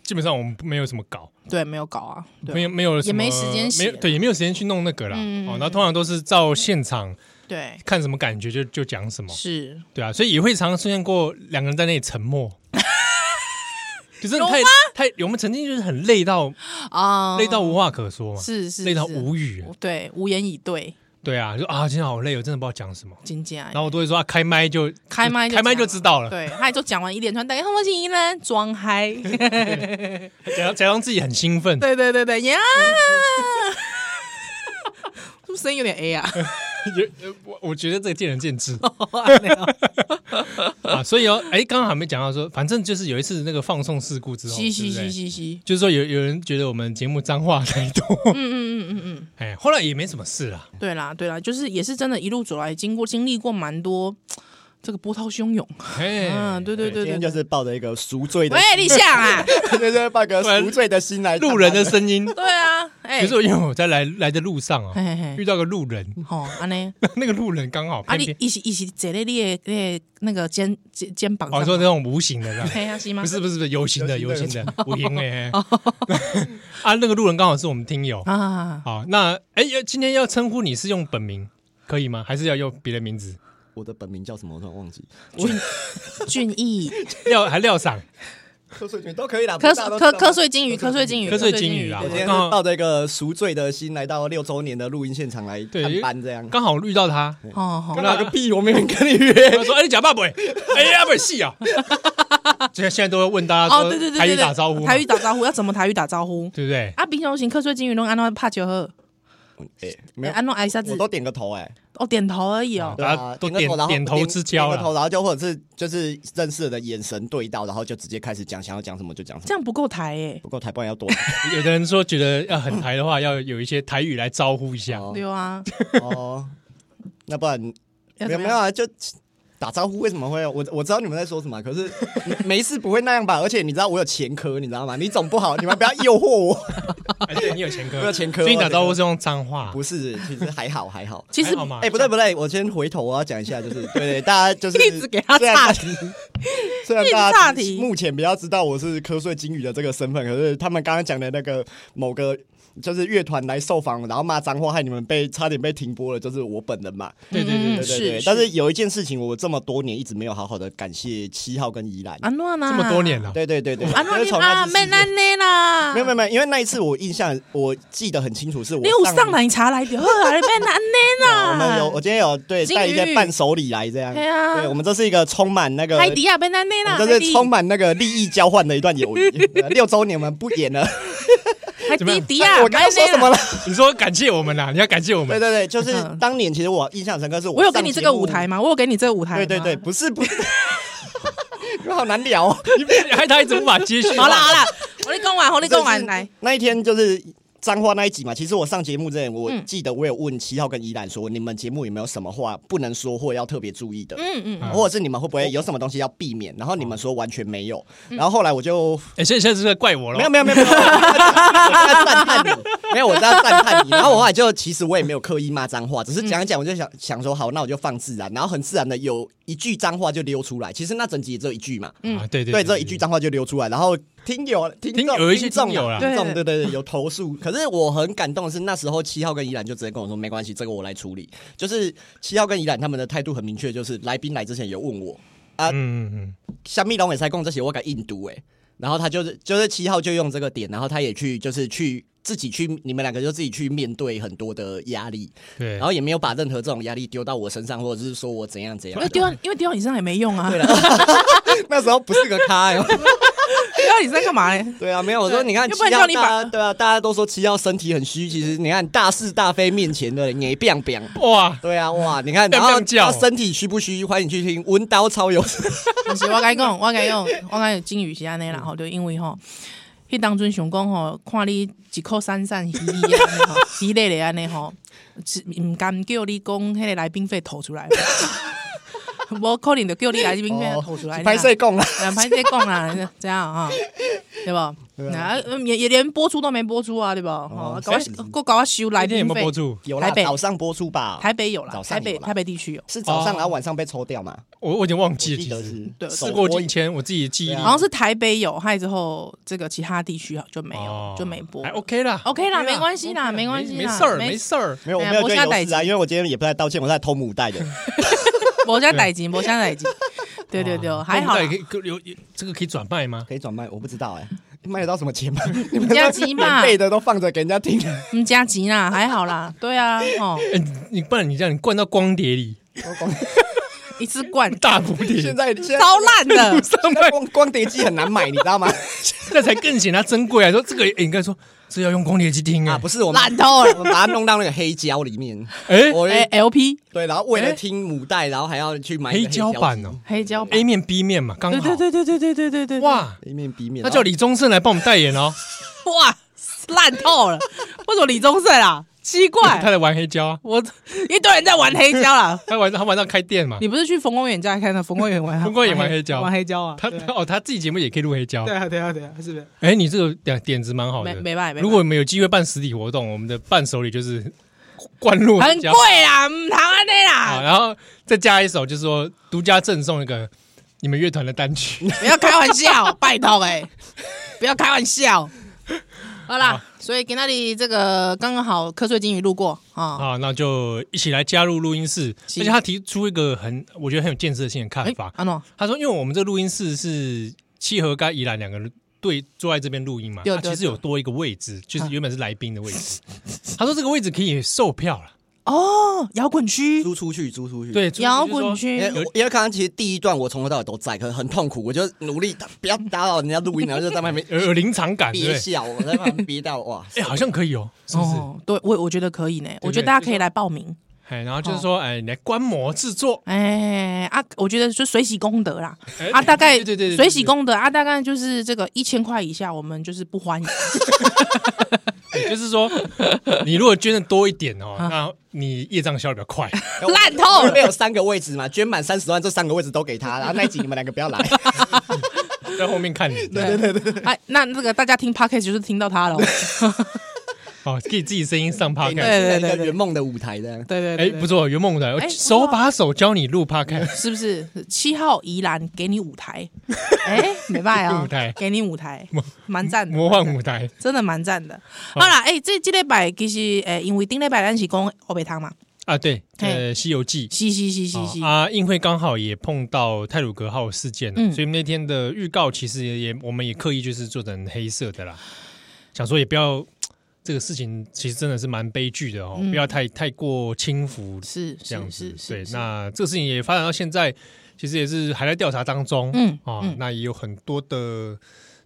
[SPEAKER 1] 基本上我们没有什么稿，
[SPEAKER 2] 对没有搞啊，
[SPEAKER 1] 没
[SPEAKER 2] 对
[SPEAKER 1] 有没有什么
[SPEAKER 2] 也没时间写
[SPEAKER 1] 没有对，也没有时间去弄那个啦。
[SPEAKER 2] 嗯
[SPEAKER 1] 哦，然后通常都是照现场
[SPEAKER 2] 对
[SPEAKER 1] 看什么感觉就就讲什么，
[SPEAKER 2] 是
[SPEAKER 1] 对啊，所以也会常常出现过两个人在那里沉 默。就是
[SPEAKER 2] 有吗
[SPEAKER 1] 太太，我们曾经就是很累到
[SPEAKER 2] 啊，
[SPEAKER 1] 累到无话可说嘛，
[SPEAKER 2] 是是
[SPEAKER 1] 累到
[SPEAKER 2] 是
[SPEAKER 1] 无语。
[SPEAKER 2] 对无言以对，
[SPEAKER 1] 对啊，就啊，今天好累，我真的不知道讲什么。
[SPEAKER 2] 金家
[SPEAKER 1] 然后我都会说啊，开麦就
[SPEAKER 2] 开麦
[SPEAKER 1] 开麦
[SPEAKER 2] 讲
[SPEAKER 1] 就知道了，
[SPEAKER 2] 对，他也就讲完一连串，大家好，我是宜兰，装 嗨，
[SPEAKER 1] 假装假装自己很兴 奋，
[SPEAKER 2] 对对对对呀， 是不是声音有点 A 啊？
[SPEAKER 1] 有呃我我觉得这个见仁见智
[SPEAKER 2] 这样
[SPEAKER 1] 啊。所以哦，哎，刚刚还没讲到说，反正就是有一次那个放送事故之后，
[SPEAKER 2] 嘻
[SPEAKER 1] 对
[SPEAKER 2] 嘻
[SPEAKER 1] 不对
[SPEAKER 2] 嘻嘻嘻，
[SPEAKER 1] 就是说有有人觉得我们节目脏话太多，
[SPEAKER 2] 嗯嗯嗯嗯嗯。
[SPEAKER 1] 哎，后来也没什么事啦。
[SPEAKER 2] 对啦，对啦，就是也是真的，一路走来，经过经历过蛮多这个波涛汹涌。
[SPEAKER 1] 哎，
[SPEAKER 2] 嗯，对对对
[SPEAKER 3] 今
[SPEAKER 2] 对
[SPEAKER 3] 天就
[SPEAKER 2] 对。
[SPEAKER 3] 是抱着一个赎罪的
[SPEAKER 2] 喂，立
[SPEAKER 3] 心，
[SPEAKER 2] 夏啊！
[SPEAKER 3] 今天就是抱着赎罪的心来。
[SPEAKER 1] 路人的声音，
[SPEAKER 2] 对哎啊，哎、
[SPEAKER 1] 可是因嗯为我在来来的路上啊，
[SPEAKER 2] 嘿嘿
[SPEAKER 1] 遇
[SPEAKER 2] 嘿，
[SPEAKER 1] 到个路人，
[SPEAKER 2] 吼，安尼，
[SPEAKER 1] 那个路人刚好
[SPEAKER 2] 啊
[SPEAKER 1] 偏
[SPEAKER 2] 你
[SPEAKER 1] 偏
[SPEAKER 2] 一起一起坐在你的那个那个肩肩肩膀
[SPEAKER 1] 哦
[SPEAKER 2] 上，
[SPEAKER 1] 说那种无形的这样。
[SPEAKER 2] 嘿啊是吗？哦
[SPEAKER 1] 不是不是不是有形的有
[SPEAKER 3] 有
[SPEAKER 1] 形
[SPEAKER 3] 形
[SPEAKER 1] 的无形的哎 啊，那个路人刚好是我们听友，
[SPEAKER 2] 啊，
[SPEAKER 1] 好，那哎，要今天要称呼你是用本名可以吗？还是要用别的名 字？
[SPEAKER 3] 我的本名叫什么？我突然忘记。
[SPEAKER 2] 俊逸，
[SPEAKER 1] 廖还廖赏，
[SPEAKER 3] 瞌睡君都可以啦，
[SPEAKER 2] 瞌
[SPEAKER 3] 不是大家都知
[SPEAKER 2] 瞌
[SPEAKER 3] 道吗
[SPEAKER 2] 瞌。睡金鱼，瞌睡金鱼，
[SPEAKER 1] 瞌睡金鱼啦
[SPEAKER 2] 对
[SPEAKER 3] 今
[SPEAKER 2] 对
[SPEAKER 3] 天
[SPEAKER 2] 对
[SPEAKER 3] 是抱着一个赎罪的心来到六周年的录音现场来
[SPEAKER 1] 对
[SPEAKER 3] 探班，这样。
[SPEAKER 1] 刚好遇到他，
[SPEAKER 2] 哦
[SPEAKER 1] 跟
[SPEAKER 2] 吼，
[SPEAKER 1] 他
[SPEAKER 3] 那个屁，我没人跟你 约。
[SPEAKER 1] 他说：“哎，你假爸不？哎呀，不是啊！” 现在现在都会问大家
[SPEAKER 2] 哦，
[SPEAKER 1] 说
[SPEAKER 2] 对对对，
[SPEAKER 1] 台
[SPEAKER 2] 对
[SPEAKER 1] 语
[SPEAKER 2] 对
[SPEAKER 1] 打招呼嘛，
[SPEAKER 2] 台语打招呼要怎么台语打招呼？
[SPEAKER 1] 对不对？
[SPEAKER 2] 啊，平常行瞌睡金鱼弄安诺怕酒喝，
[SPEAKER 3] 哎，没有
[SPEAKER 2] 安，诺挨啥
[SPEAKER 3] 我
[SPEAKER 2] 子？
[SPEAKER 3] 都点个头哎，
[SPEAKER 2] 哦，点头而已哦。
[SPEAKER 3] 对
[SPEAKER 1] 大家
[SPEAKER 3] 啊，
[SPEAKER 1] 都
[SPEAKER 3] 点个头
[SPEAKER 1] 点
[SPEAKER 3] 然后
[SPEAKER 1] 点头
[SPEAKER 3] 点
[SPEAKER 1] 之交啦啊
[SPEAKER 3] 点个头，然后就或者是就是认识的眼神对到，然后就直接开始讲，想要讲什么就讲什
[SPEAKER 2] 这
[SPEAKER 3] 么。
[SPEAKER 2] 样不够台哎、
[SPEAKER 3] 不够台湾 要多
[SPEAKER 1] 有的人说觉得要很台的话，要有一些台语来招呼一下。
[SPEAKER 3] 哦
[SPEAKER 2] 对啊，
[SPEAKER 3] 哦，那不然，
[SPEAKER 2] 要
[SPEAKER 3] 哎、没
[SPEAKER 2] 怎
[SPEAKER 3] 有
[SPEAKER 2] 么
[SPEAKER 3] 没
[SPEAKER 2] 样
[SPEAKER 3] 有啊，就打招呼为什么会？我我知道你们在说什么，可是 没事不会那样吧？而且你知道我有前科，你知道吗？你总不好，你们不要诱惑我。
[SPEAKER 1] 哎对你有前科，
[SPEAKER 3] 我有前科
[SPEAKER 1] 所以你打
[SPEAKER 3] 我有前科
[SPEAKER 1] 招呼是用脏话，
[SPEAKER 3] 不是，其实还好还好。
[SPEAKER 2] 其实
[SPEAKER 1] 还好嘛？
[SPEAKER 3] 哎、不对不对，我先回头我要讲一下，就是对对，大家就是
[SPEAKER 2] 一直给他
[SPEAKER 3] 虽然大
[SPEAKER 2] 岔
[SPEAKER 3] 家 虽然大
[SPEAKER 2] 岔
[SPEAKER 3] 家
[SPEAKER 2] 题
[SPEAKER 3] 目前不要知道我是瞌睡金鱼的这个身份，可是他们刚刚讲的那个某个就是乐团来受访，然后骂脏话，害你们被差点被停播了，就是我本人嘛。
[SPEAKER 1] 对对对
[SPEAKER 2] 嗯
[SPEAKER 1] 对
[SPEAKER 3] 对
[SPEAKER 1] 对，
[SPEAKER 3] 对对，
[SPEAKER 2] 是
[SPEAKER 3] 但是有一件事情，我这么多年一直没有好好的感谢七号跟宜兰。
[SPEAKER 2] 安诺呢？
[SPEAKER 1] 这么多年了，
[SPEAKER 3] 对对对对，
[SPEAKER 2] 安诺
[SPEAKER 3] 就是
[SPEAKER 2] 你
[SPEAKER 3] 从
[SPEAKER 2] 啊，
[SPEAKER 3] 那次
[SPEAKER 2] 没
[SPEAKER 3] 事
[SPEAKER 2] 那
[SPEAKER 3] 件
[SPEAKER 2] 呢啦，
[SPEAKER 3] 没有没有没有，因为那一次我印象我记得很清楚，是我
[SPEAKER 2] 你有
[SPEAKER 3] 上
[SPEAKER 2] 上奶茶来就好啊，你别安呢
[SPEAKER 3] 对我们有，
[SPEAKER 2] 啦
[SPEAKER 3] 我，今天有对
[SPEAKER 2] 金鱼
[SPEAKER 3] 带一些伴手礼来这样。
[SPEAKER 2] 对啊
[SPEAKER 3] 我们这是一个充满那个，
[SPEAKER 2] 海底啊，别安呢啦，
[SPEAKER 3] 我们
[SPEAKER 2] 海
[SPEAKER 3] 这
[SPEAKER 2] 底
[SPEAKER 3] 是充满那个利益交换的一段 友谊。对六周年我们不演了，
[SPEAKER 2] 海
[SPEAKER 1] 怎么
[SPEAKER 2] 底
[SPEAKER 1] 样
[SPEAKER 2] 底啊，
[SPEAKER 3] 我刚刚说
[SPEAKER 2] 别
[SPEAKER 3] 什
[SPEAKER 2] 安呢
[SPEAKER 3] 么
[SPEAKER 2] 啦
[SPEAKER 3] 了？
[SPEAKER 1] 你说感谢我们啊啦，你要感谢我
[SPEAKER 3] 对
[SPEAKER 1] 们，
[SPEAKER 3] 对对，就是
[SPEAKER 2] 嗯
[SPEAKER 3] 当年其实我印象深刻是
[SPEAKER 2] 我有给你这个舞台
[SPEAKER 3] 吗？
[SPEAKER 2] 吗？我有给你这个舞台吗？
[SPEAKER 3] 对对对，不是不是， 你们好难聊哦。
[SPEAKER 1] 你你害他一直无法接续。
[SPEAKER 2] 好啦好啦，我跟你讲完，我跟你讲完 来，
[SPEAKER 3] 那一天就是脏话那一集嘛。其实我上节目之前，我
[SPEAKER 2] 嗯
[SPEAKER 3] 记得我有问七号跟依兰说，你们节目有没有什么话不能说或要特别注意的，
[SPEAKER 2] 嗯嗯，
[SPEAKER 1] 嗯
[SPEAKER 3] 或者是你们会不会有什么东西要避免？然后你们说完全没有。
[SPEAKER 2] 嗯
[SPEAKER 3] 然后后来我就
[SPEAKER 1] 哎，现在现在是在怪我了，
[SPEAKER 3] 没有没有没有，没有我在赞 叹你，没有我在赞叹你。然后我后来就其实我也没有刻意骂脏话，
[SPEAKER 2] 嗯
[SPEAKER 3] 只是讲一讲，我就想想说好，那我就放自然，然后很自然的有一句脏话就溜出来。其实那整集也只有一句嘛，
[SPEAKER 1] 啊，对对
[SPEAKER 3] 对，这一句脏话就溜出来，然后听友、听
[SPEAKER 1] 听
[SPEAKER 3] 众、
[SPEAKER 1] 有一些
[SPEAKER 3] 众
[SPEAKER 1] 听友啦
[SPEAKER 3] 啊听众，
[SPEAKER 2] 对
[SPEAKER 3] 对对对，有投诉。可是我很感动的是，那时候七号跟怡兰就直接跟我说，没关系，这个我来处理。就是七号跟怡兰他们的态度很明确，就是来宾来之前有问我，
[SPEAKER 1] 嗯嗯嗯，
[SPEAKER 3] 像蜜龙也才供这些，我敢印度哎。然后他就是就是七号就用这个点，然后他也去就是去自己去，你们两个就自己去面对很多的压力，
[SPEAKER 1] 对
[SPEAKER 3] 然。后也没有把任何这种压力丢到我身上，或者是说我怎样怎样
[SPEAKER 2] 因为。丢到因为丢到你身上也没用啊，
[SPEAKER 3] 对了， 那时候不是个咖、欸。
[SPEAKER 2] 丢到你身上干 嘛嘞？
[SPEAKER 3] 对啊，没有我说，
[SPEAKER 2] 对
[SPEAKER 3] 你看
[SPEAKER 2] 要
[SPEAKER 3] 七
[SPEAKER 2] 不然叫
[SPEAKER 3] 号
[SPEAKER 2] 你把
[SPEAKER 3] 大家对啊，大家都说七号身体很虚，其实你看大是大非面前的也 b i
[SPEAKER 1] 哇，
[SPEAKER 3] 对啊，哇，你 看，
[SPEAKER 1] 砰砰
[SPEAKER 3] 然后
[SPEAKER 1] 叫
[SPEAKER 3] 他身体虚不虚？欢迎去听温刀超有，
[SPEAKER 2] 不是，我该讲，我该用，我该有金鱼是安尼啦，
[SPEAKER 3] 嗯
[SPEAKER 2] 吼，就因为吼，迄当阵想讲吼，看你一口散散 鱼安尼吼，鱼类的安尼吼，是毋甘叫你讲迄个来宾费吐 出来，无可能就叫你来啊宾费吐出来，
[SPEAKER 3] 哦拍摄供了。
[SPEAKER 2] 两排在讲啦， 这样啊，对吧？啊，也也连播出都没播出啊，对吧？吼，
[SPEAKER 1] 哦
[SPEAKER 2] 搞我够搞我修来
[SPEAKER 1] 今天有
[SPEAKER 2] 宾
[SPEAKER 1] 没有
[SPEAKER 2] 费
[SPEAKER 1] 播，出？
[SPEAKER 3] 有啦
[SPEAKER 2] 台，北
[SPEAKER 3] 早上播出吧？
[SPEAKER 2] 台北有啦，
[SPEAKER 3] 早
[SPEAKER 2] 台
[SPEAKER 3] 上有啦
[SPEAKER 2] 北台北地区有，
[SPEAKER 3] 是早上，
[SPEAKER 1] 哦
[SPEAKER 3] 然后晚上被抽掉嘛？
[SPEAKER 1] 我我已经忘
[SPEAKER 3] 我
[SPEAKER 1] 记了，
[SPEAKER 3] 记
[SPEAKER 1] 其
[SPEAKER 3] 得
[SPEAKER 1] 实
[SPEAKER 3] 是
[SPEAKER 2] 对
[SPEAKER 1] 事
[SPEAKER 3] 首
[SPEAKER 1] 过
[SPEAKER 3] 播
[SPEAKER 1] 境迁，我自己的记忆哦
[SPEAKER 3] 对啊
[SPEAKER 2] 好像是台北有，害之后这个其他地区好就没有
[SPEAKER 1] 哦，
[SPEAKER 2] 就没播
[SPEAKER 1] 还。OK 啦
[SPEAKER 2] OK 啦，
[SPEAKER 1] OK
[SPEAKER 2] 没关系啦，没关系
[SPEAKER 1] 没
[SPEAKER 2] 啦，
[SPEAKER 1] 事儿，没事儿。
[SPEAKER 3] 没有，我
[SPEAKER 2] 哎呀
[SPEAKER 3] 没有对
[SPEAKER 2] 我现在
[SPEAKER 3] 你有事啊，因为我今天也不太道歉，我在偷母带的。
[SPEAKER 2] 我现在逮金，我现在 逮金，对对对，
[SPEAKER 1] 哇
[SPEAKER 2] 还好
[SPEAKER 1] 哦那我。们
[SPEAKER 2] 啦
[SPEAKER 1] 到底可以有有这个可以转卖吗？
[SPEAKER 3] 可以转卖，我不知道哎，卖得到什 么钱吗？你
[SPEAKER 2] 们
[SPEAKER 3] 们
[SPEAKER 2] 家鸡嘛
[SPEAKER 3] 免费的都放着给人家听。
[SPEAKER 2] 嗯，加急啦，还好啦，对啊，哦，
[SPEAKER 1] 哎，你你不然你这样，你灌到光碟里，
[SPEAKER 2] 一次 灌
[SPEAKER 1] 大补
[SPEAKER 3] 现
[SPEAKER 1] 贴，
[SPEAKER 3] 在现在
[SPEAKER 2] 超烂 的，
[SPEAKER 1] 上
[SPEAKER 3] 现
[SPEAKER 1] 卖
[SPEAKER 3] 在光光碟机很难买，你知道 吗？
[SPEAKER 1] 那才更显它珍贵啊！说这个哎应该说这要用光碟机听
[SPEAKER 3] 啊，
[SPEAKER 1] 啊，
[SPEAKER 3] 不是我们
[SPEAKER 2] 烂透了。
[SPEAKER 3] 我们把它弄到那个黑胶里面。
[SPEAKER 1] 哎
[SPEAKER 3] 我
[SPEAKER 2] 哎，LP
[SPEAKER 3] 对，然后为了听母带，然后还要去买一
[SPEAKER 1] 黑
[SPEAKER 3] 个
[SPEAKER 1] 胶版
[SPEAKER 3] 机
[SPEAKER 1] 哦
[SPEAKER 2] 黑胶版
[SPEAKER 1] ，A，面 B 面嘛，刚
[SPEAKER 2] 对
[SPEAKER 1] 好
[SPEAKER 2] 对对对对对对对对，
[SPEAKER 1] 哇，
[SPEAKER 3] ，A 面 B 面。
[SPEAKER 1] 那叫李宗盛来帮我们代言哦，
[SPEAKER 2] 哇，烂透了。为什么李宗盛啊？奇
[SPEAKER 1] 他
[SPEAKER 2] 怪，
[SPEAKER 1] 在玩黑胶啊，
[SPEAKER 2] 我 一堆人在玩黑胶 啦。
[SPEAKER 1] 他晚上他晚上开 店嘛，
[SPEAKER 2] 你不是去冯光远家看的？冯光远玩，
[SPEAKER 1] 冯光远玩黑胶
[SPEAKER 2] 玩黑胶啊？
[SPEAKER 1] 他
[SPEAKER 2] 对啊
[SPEAKER 1] 哦他自己节目也可以录黑胶
[SPEAKER 2] 对，啊，对啊，对啊，是不是？
[SPEAKER 1] 哎，你这个点点子蛮好
[SPEAKER 2] 没
[SPEAKER 1] 的，
[SPEAKER 2] 没办法，
[SPEAKER 1] 如果我们有机会办实体活动，我们的伴手礼就是灌入
[SPEAKER 2] 很
[SPEAKER 1] 家
[SPEAKER 2] 贵啦，唔谈安尼
[SPEAKER 1] 啊，
[SPEAKER 2] 啦，
[SPEAKER 1] 然后再加一首，就是说独家赠送一个你们乐团的单 曲。
[SPEAKER 2] 不要开玩 笑，拜托哎、不要开玩笑。 哦好啦，所以给那里这个刚刚好瞌睡金鱼路过啊，
[SPEAKER 1] 啊，那就一起来加入录音室。而
[SPEAKER 2] 行
[SPEAKER 1] 且他提出一个很，我觉得很有建设性的看
[SPEAKER 2] 哎
[SPEAKER 1] 法。
[SPEAKER 2] 阿诺，
[SPEAKER 1] 他说，因为我们这个录音室是七和跟宜兰两个人对坐在这边录音嘛，
[SPEAKER 2] 对
[SPEAKER 1] 他
[SPEAKER 2] 对
[SPEAKER 1] 其实有多一个位置，就是原本是来宾的位置。他说这个位置可以售票了，
[SPEAKER 2] 哦，摇滚区，
[SPEAKER 3] 租出去，租出去。。
[SPEAKER 1] 对，就是
[SPEAKER 2] 摇
[SPEAKER 1] 说
[SPEAKER 2] 滚区
[SPEAKER 3] 因，为我因为刚刚其实第一段我从头到尾都在，可是很痛苦，我就努力不要打扰人家录音，然后就在外面
[SPEAKER 1] 有有临场感，对不
[SPEAKER 3] 憋
[SPEAKER 1] 对？
[SPEAKER 3] 笑，我在旁边憋到哇，
[SPEAKER 1] 哎，好像可以哦，是不是？
[SPEAKER 2] 哦，对我我觉得可以呢，
[SPEAKER 1] 对
[SPEAKER 2] 我觉得大家可以来报名，
[SPEAKER 1] 哎，然后
[SPEAKER 2] 哦
[SPEAKER 1] 就是说，哎，你来观摩制作，
[SPEAKER 2] 哎啊，我觉得就水洗功德啦，
[SPEAKER 1] 哎
[SPEAKER 2] 啊，大概
[SPEAKER 1] 对对对对，
[SPEAKER 2] 水洗
[SPEAKER 1] 工
[SPEAKER 2] 功德啊，大概就是这个一千块以下，我们就是不欢迎。
[SPEAKER 1] 也哎就是说，你如果捐的多一点 哦，
[SPEAKER 2] 啊
[SPEAKER 1] 那你业障消得比较快。
[SPEAKER 2] 烂透
[SPEAKER 3] 我
[SPEAKER 2] 了
[SPEAKER 3] 们。有三个位置嘛，捐满三十万，这三个位置都给他。然后那一集你们两个 不要来，
[SPEAKER 1] 在后面看你，
[SPEAKER 2] 对对对哎，那那个大家听 podcast 就是听到他了。
[SPEAKER 1] 哦，给自己声音上 p
[SPEAKER 3] 给
[SPEAKER 1] o d
[SPEAKER 3] 你们
[SPEAKER 1] c
[SPEAKER 2] 对
[SPEAKER 3] 一
[SPEAKER 2] 对
[SPEAKER 3] 个
[SPEAKER 2] 对
[SPEAKER 3] 圆梦的舞台的。
[SPEAKER 2] 对对
[SPEAKER 1] 哎，
[SPEAKER 2] 对，对
[SPEAKER 1] 不错，圆梦的，
[SPEAKER 2] 哎
[SPEAKER 1] 我
[SPEAKER 2] 不错
[SPEAKER 1] 手把手教你录 p o d c a
[SPEAKER 2] 是不是？七号宜兰给你舞 台，哎，没办法
[SPEAKER 1] 舞台
[SPEAKER 2] 啊，给你舞台，蛮赞的，
[SPEAKER 1] 魔幻舞台，哦
[SPEAKER 2] 真的蛮赞的。好啦，哎，这这礼拜其实，哎，因为顶礼拜咱是讲欧北汤嘛，
[SPEAKER 1] 啊，对，呃，《
[SPEAKER 2] 嘿
[SPEAKER 1] 西游记》
[SPEAKER 2] 是是是是是，
[SPEAKER 1] 哦啊，因为刚好也碰到泰鲁格号事件了，
[SPEAKER 2] 嗯
[SPEAKER 1] 所以那天的预告其实也也我们也刻意就是做成黑色的啦，想说也不要这个事情其实真的是蛮悲剧的哦，不要太太过轻浮
[SPEAKER 2] 嗯是
[SPEAKER 1] 这样
[SPEAKER 2] 是
[SPEAKER 1] 子
[SPEAKER 2] 是。
[SPEAKER 1] 对
[SPEAKER 2] 是，，
[SPEAKER 1] 那这个事情也发展到现在，其实也是还在调查当中，
[SPEAKER 2] 嗯
[SPEAKER 1] 啊，那也有很多的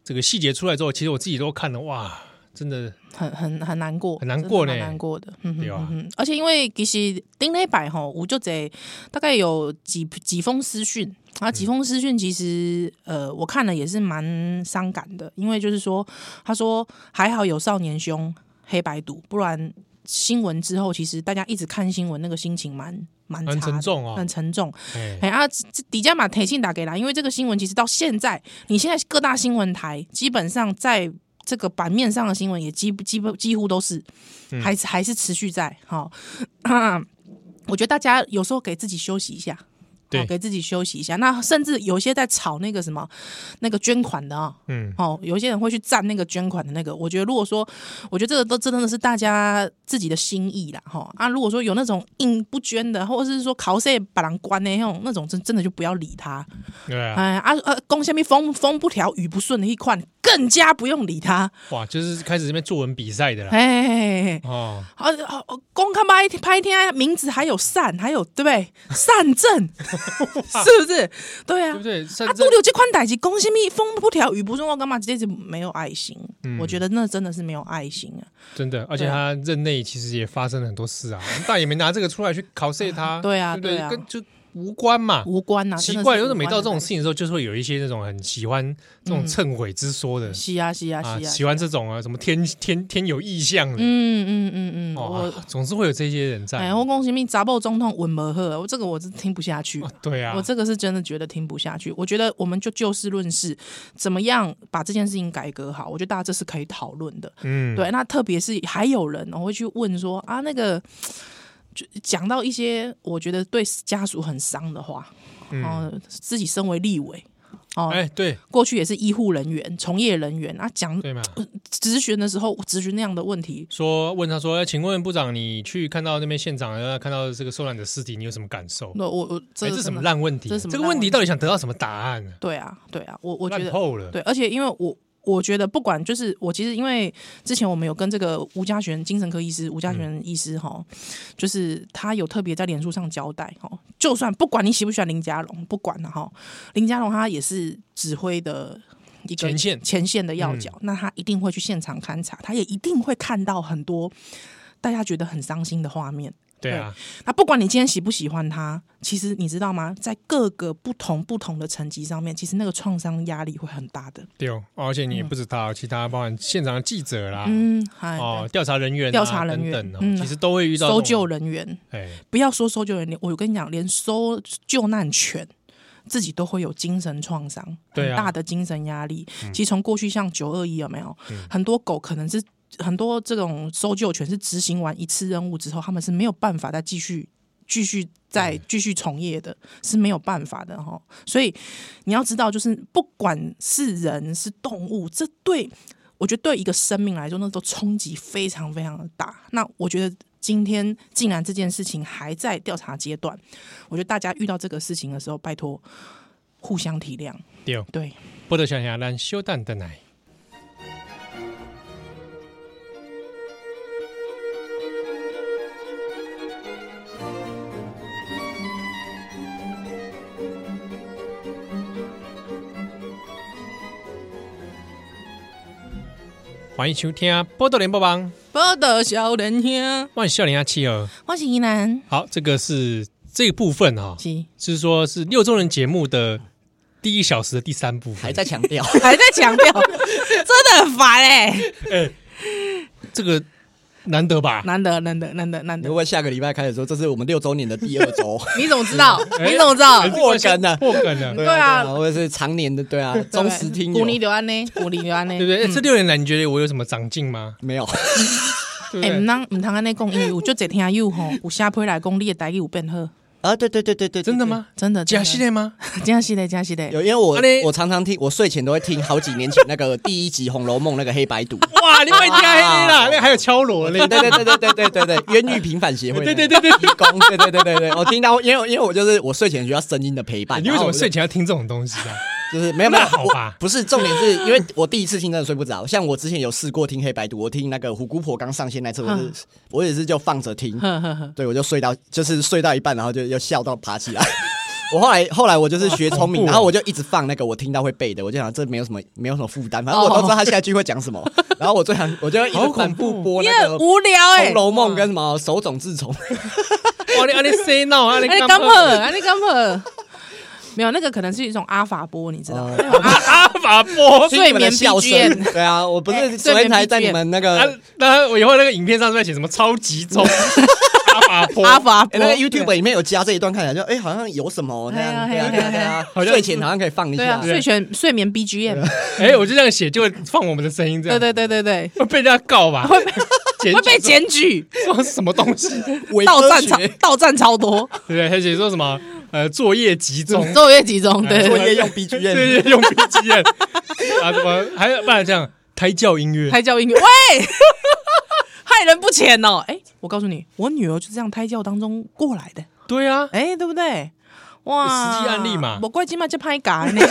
[SPEAKER 1] 这个细节出来之后，其实我自己都看了，哇，真的
[SPEAKER 2] 很很很难过，
[SPEAKER 1] 很难过
[SPEAKER 2] 真的
[SPEAKER 1] 呢
[SPEAKER 2] 蛮难过的。嗯
[SPEAKER 1] 对啊
[SPEAKER 2] 哼哼，而且因为其实顶礼拜吼，我就这大概有几几封私讯
[SPEAKER 1] 嗯
[SPEAKER 2] 啊，几封私讯其实呃，我看了也是蛮伤感的，因为就是说，他说还好有少年凶黑白毒，不然新闻之后，其实大家一直看新闻，那个心情蛮蛮
[SPEAKER 1] 很
[SPEAKER 2] 差的
[SPEAKER 1] 沉重哦
[SPEAKER 2] 很沉重。
[SPEAKER 1] 哎
[SPEAKER 2] 哎啊，这这底下把铁信打给啦，因为这个新闻其实到现在，你现在各大新闻台基本上在这个版面上的新闻也基基本几乎都是，
[SPEAKER 1] 嗯
[SPEAKER 2] 还是还是持续在哈、 啊我觉得大家有时候给自己休息一下。
[SPEAKER 1] 对
[SPEAKER 2] 哦给自己休息一下。那甚至有些在炒那个什么那个捐款的啊、
[SPEAKER 1] 嗯
[SPEAKER 2] 哦，有一些人会去赞那个捐款的那个。我觉得如果说，我觉得这个都真的是大家自己的心意啦，哈、啊。如果说有那种硬不捐的，或者是说考试把人关的那种，那种真真的就不要理他。
[SPEAKER 1] 对啊，
[SPEAKER 2] 哎啊啊，公下面风风不调雨不顺的一款，更加不用理他。
[SPEAKER 1] 哇，就是开始这边作文比赛的啦，
[SPEAKER 2] 哎，
[SPEAKER 1] 哦，
[SPEAKER 2] 啊啊，啊公看拍拍天名字还有善，还有对不对？善 政是不是？对啊
[SPEAKER 1] 对不。对？甚
[SPEAKER 2] 啊，
[SPEAKER 1] 至
[SPEAKER 2] 都留这款代志，公虾米风不调雨不顺，我干嘛这是没有爱心？
[SPEAKER 1] 嗯
[SPEAKER 2] 我觉得那真的是没有爱心啊。
[SPEAKER 1] 真的，而且他任内其实也发生了很多事啊， 但也没拿这个出来去考试他，
[SPEAKER 2] 对啊
[SPEAKER 1] 对不对
[SPEAKER 2] 对啊
[SPEAKER 1] 跟就无关嘛。
[SPEAKER 2] 无关呐、啊，
[SPEAKER 1] 奇怪，
[SPEAKER 2] 真
[SPEAKER 1] 就是
[SPEAKER 2] 的是
[SPEAKER 1] 每
[SPEAKER 2] 无关的
[SPEAKER 1] 到这种事情的时候，就是会有一些那种很喜欢这种蹭悔之说的
[SPEAKER 2] 是啊嗯是啊
[SPEAKER 1] 啊，
[SPEAKER 2] 是啊，
[SPEAKER 1] 喜欢这种啊什么天天天有异象的，
[SPEAKER 2] 嗯嗯嗯嗯，
[SPEAKER 1] 哦
[SPEAKER 2] 我
[SPEAKER 1] 啊总是会有这些人在
[SPEAKER 2] 哎，。我讲什么查某总统文无好，我这个我是听不下去。
[SPEAKER 1] 哦对啊
[SPEAKER 2] 我，这个是真的觉得听不下去。我觉得我们就就事论事，怎么样把这件事情改革好？我觉得大家这是可以讨论的。
[SPEAKER 1] 嗯，
[SPEAKER 2] 对，那特别是还有人我会去问说啊，那个就讲到一些我觉得对家属很伤的话，
[SPEAKER 1] 嗯
[SPEAKER 2] 哦、自己身为立委，哦、
[SPEAKER 1] 哎，对
[SPEAKER 2] 过去也是医护人员、从业人员啊，讲
[SPEAKER 1] 对嘛，
[SPEAKER 2] 咨询的时候咨询那样的问题，
[SPEAKER 1] 说问他说，哎请问部长，你去看到那边现场，呃看到这个受难者尸体，你有什么感受？
[SPEAKER 2] 那我我嗯这
[SPEAKER 1] 哎，
[SPEAKER 2] 个
[SPEAKER 1] 这什
[SPEAKER 2] 真
[SPEAKER 1] 么
[SPEAKER 2] 的
[SPEAKER 1] 烂问题
[SPEAKER 2] 这
[SPEAKER 1] 啊？
[SPEAKER 2] 是什么
[SPEAKER 1] 这个
[SPEAKER 2] 烂
[SPEAKER 1] 问
[SPEAKER 2] 问
[SPEAKER 1] 题
[SPEAKER 2] 题
[SPEAKER 1] 到底想得到什么答案啊？
[SPEAKER 2] 对啊，对啊，我我觉
[SPEAKER 1] 烂
[SPEAKER 2] 得
[SPEAKER 1] 透了，
[SPEAKER 2] 对，而且因为我我觉得不管就是我其实因为之前我们有跟这个吴家璇精神科医师吴家
[SPEAKER 1] 嗯
[SPEAKER 2] 璇医师哈、就是他有特别在脸书上交代哈，就算不管你喜不喜欢林家龙，不管了哈，林家龙他也是指挥的。一个
[SPEAKER 1] 前线嗯
[SPEAKER 2] 前线的要角，那他一定会去现场勘察，他也一定会看到很多大家觉得很伤心的画面。
[SPEAKER 1] 对啊，
[SPEAKER 2] 那不管你今天喜不喜欢他，其实你知道吗？在各个不同不同的层级上面，其实那个创伤压力会很大的。
[SPEAKER 1] 对哦，而且你也不知道，其他包含现场的记者啦，
[SPEAKER 2] 嗯，嗨，
[SPEAKER 1] 哦，调查人员啊、
[SPEAKER 2] 调查人员
[SPEAKER 1] 等等哦，
[SPEAKER 2] 嗯
[SPEAKER 1] 其实都会遇到
[SPEAKER 2] 搜
[SPEAKER 1] 这种
[SPEAKER 2] 救，人员，
[SPEAKER 1] 哎，
[SPEAKER 2] 不要说搜救人员，我跟你讲，连搜救难犬。自己都会有精神创伤，
[SPEAKER 1] 对
[SPEAKER 2] 很
[SPEAKER 1] 啊嗯
[SPEAKER 2] 大的精神压力。其实从过去像九二一有没有、很多狗可能是很多这种搜救犬是执行完一次任务之后，他们是没有办法再继续继续
[SPEAKER 1] 嗯
[SPEAKER 2] 再继续从业的，是没有办法的哈。所以你要知道，就是不管是人是动物，这对我觉得对一个生命来说，那都冲击非常非常的大。那我觉得今天竟然这件事情还在调查阶段，我觉得大家遇到这个事情的时候，拜托互相体谅。
[SPEAKER 1] 对哦，
[SPEAKER 2] 对，
[SPEAKER 1] 波多想想，咱休蛋的奶。欢迎收听《波多连播帮》，
[SPEAKER 2] 报道小人兄，
[SPEAKER 1] 我是笑脸阿七儿。
[SPEAKER 2] 我是宜兰，
[SPEAKER 1] 好，这个是这个部分哈、
[SPEAKER 2] 是
[SPEAKER 1] 是说是六周人节目的第一小时的第三 部分，
[SPEAKER 2] 哎
[SPEAKER 3] 还在强调，
[SPEAKER 2] 欸还在强调，真的很烦哎、
[SPEAKER 1] 这个难得吧？
[SPEAKER 2] 难得难得难得难
[SPEAKER 3] 你
[SPEAKER 2] 得
[SPEAKER 3] 会不，会下个礼拜开始说，这是我们六周年的第二周？
[SPEAKER 2] 你怎么知道？
[SPEAKER 1] 哎
[SPEAKER 2] 你怎么知道
[SPEAKER 1] 哎？
[SPEAKER 3] 破梗了
[SPEAKER 1] 破梗了，
[SPEAKER 2] 对啊
[SPEAKER 3] 或者是常年的，对啊，忠实听
[SPEAKER 2] 鼓励
[SPEAKER 3] 友
[SPEAKER 2] 刘安呢？鼓励刘安呢？
[SPEAKER 1] 对不对？哎
[SPEAKER 2] 嗯
[SPEAKER 1] 这六年来，你觉得我有什么长进吗？
[SPEAKER 3] 没有，
[SPEAKER 1] 对不
[SPEAKER 2] 哎，
[SPEAKER 1] 对
[SPEAKER 2] 唔？通唔通安尼讲，因为有足侪听友吼，有下批来讲你的台语有变好，
[SPEAKER 3] 啊，对对对对对，
[SPEAKER 1] 真的？吗？
[SPEAKER 2] 真的，
[SPEAKER 1] 假
[SPEAKER 2] 真
[SPEAKER 1] 系
[SPEAKER 2] 的，
[SPEAKER 1] 列吗？
[SPEAKER 2] 真是的，真是的。
[SPEAKER 3] 有，因为我
[SPEAKER 1] 啊嘞
[SPEAKER 3] 我常常听，我睡前都会听好几年前那个第一集《红楼梦》那个黑白 读。
[SPEAKER 1] 哇，你卖加黑啦，
[SPEAKER 3] 哇
[SPEAKER 1] 那还有敲锣嘞
[SPEAKER 3] 对，对对对对对对对，冤狱平反协会那个，
[SPEAKER 1] 哦对对对对
[SPEAKER 3] 提供，对对对对对，我听到，因为因为我就是我睡前需要声音的陪伴。
[SPEAKER 1] 你为什么睡
[SPEAKER 3] 前？
[SPEAKER 1] 前要听这种东西啊？
[SPEAKER 3] 就是没有没有
[SPEAKER 1] 那好吧
[SPEAKER 3] 我不是重点是因为我第一次听真的睡不着，像我之前有试过听黑白读，我听那个虎姑婆刚上线那次，我是
[SPEAKER 2] 嗯
[SPEAKER 3] 我也是就放着听，
[SPEAKER 2] 呵呵呵，
[SPEAKER 3] 对，我就睡到就是睡到一半，然后就又笑到爬起来。 我后来后来我就是学聪明，
[SPEAKER 1] 好恐怖哦
[SPEAKER 3] 然后我就一直放那个我听到会背的，我就想这没有什么没有什么负担，反正我都知道他下一句会讲什么。然后我最常我就一
[SPEAKER 1] 好
[SPEAKER 3] 直
[SPEAKER 1] 恐
[SPEAKER 3] 反
[SPEAKER 1] 怖
[SPEAKER 3] 复播
[SPEAKER 2] 你
[SPEAKER 3] 那
[SPEAKER 2] 很
[SPEAKER 3] 个《
[SPEAKER 2] 无聊哎
[SPEAKER 3] 红，楼梦》跟什么手冢治虫，
[SPEAKER 1] 哇，你啊你 say no 啊你
[SPEAKER 2] 安尼哎刚好，安尼刚好。 没有，那个可能是一种阿法波，你知道？
[SPEAKER 3] 哦
[SPEAKER 2] 那种 阿
[SPEAKER 1] 阿法波
[SPEAKER 2] 睡眠
[SPEAKER 3] 听你们的笑
[SPEAKER 2] BGM
[SPEAKER 3] 声。对啊，我不
[SPEAKER 2] 哎
[SPEAKER 3] 是昨天才在
[SPEAKER 2] 睡眠 BGM
[SPEAKER 3] 你们那
[SPEAKER 1] 啊
[SPEAKER 3] 个，
[SPEAKER 1] 那我以后那个影片上面写什么超级中 阿法波，
[SPEAKER 2] 阿法波
[SPEAKER 3] 哎那个 YouTube 里面有加这一段，看起来就哎好像有什么那样，
[SPEAKER 2] 哎
[SPEAKER 3] 对
[SPEAKER 2] 呀
[SPEAKER 3] 啊
[SPEAKER 2] 哎
[SPEAKER 3] 对
[SPEAKER 2] 呀
[SPEAKER 3] 啊对啊，
[SPEAKER 1] 哎呀
[SPEAKER 3] 睡前好像可以放一
[SPEAKER 2] 对啊，
[SPEAKER 3] 下。
[SPEAKER 2] 睡前睡眠 BGM，
[SPEAKER 1] 哎，我就这样写就会放我们的声音，这
[SPEAKER 3] 啊
[SPEAKER 2] 对
[SPEAKER 1] 样
[SPEAKER 2] 对对对 对，
[SPEAKER 1] 会被人家告吧？ 会被
[SPEAKER 2] 会被检举，
[SPEAKER 1] 说什么东 西？
[SPEAKER 3] 伪
[SPEAKER 2] 到
[SPEAKER 3] 科
[SPEAKER 2] 站
[SPEAKER 3] 学
[SPEAKER 2] 超到站超多，
[SPEAKER 1] 对不对？还写说什么呃作业集中，
[SPEAKER 2] 作业集中，对
[SPEAKER 3] 作
[SPEAKER 2] 对，
[SPEAKER 3] 业用
[SPEAKER 1] 对
[SPEAKER 3] BGM，
[SPEAKER 1] 对，用 BGM 啊，怎么还有不然这样胎教音乐？
[SPEAKER 2] 胎教音乐，喂， 害人不浅哦。哎，我告诉你，我女儿就这样胎教当中过来的，
[SPEAKER 1] 对啊，
[SPEAKER 2] 哎，对不对？哇，
[SPEAKER 1] 实际案例嘛
[SPEAKER 2] 我怪今嘛就拍嘎 呢，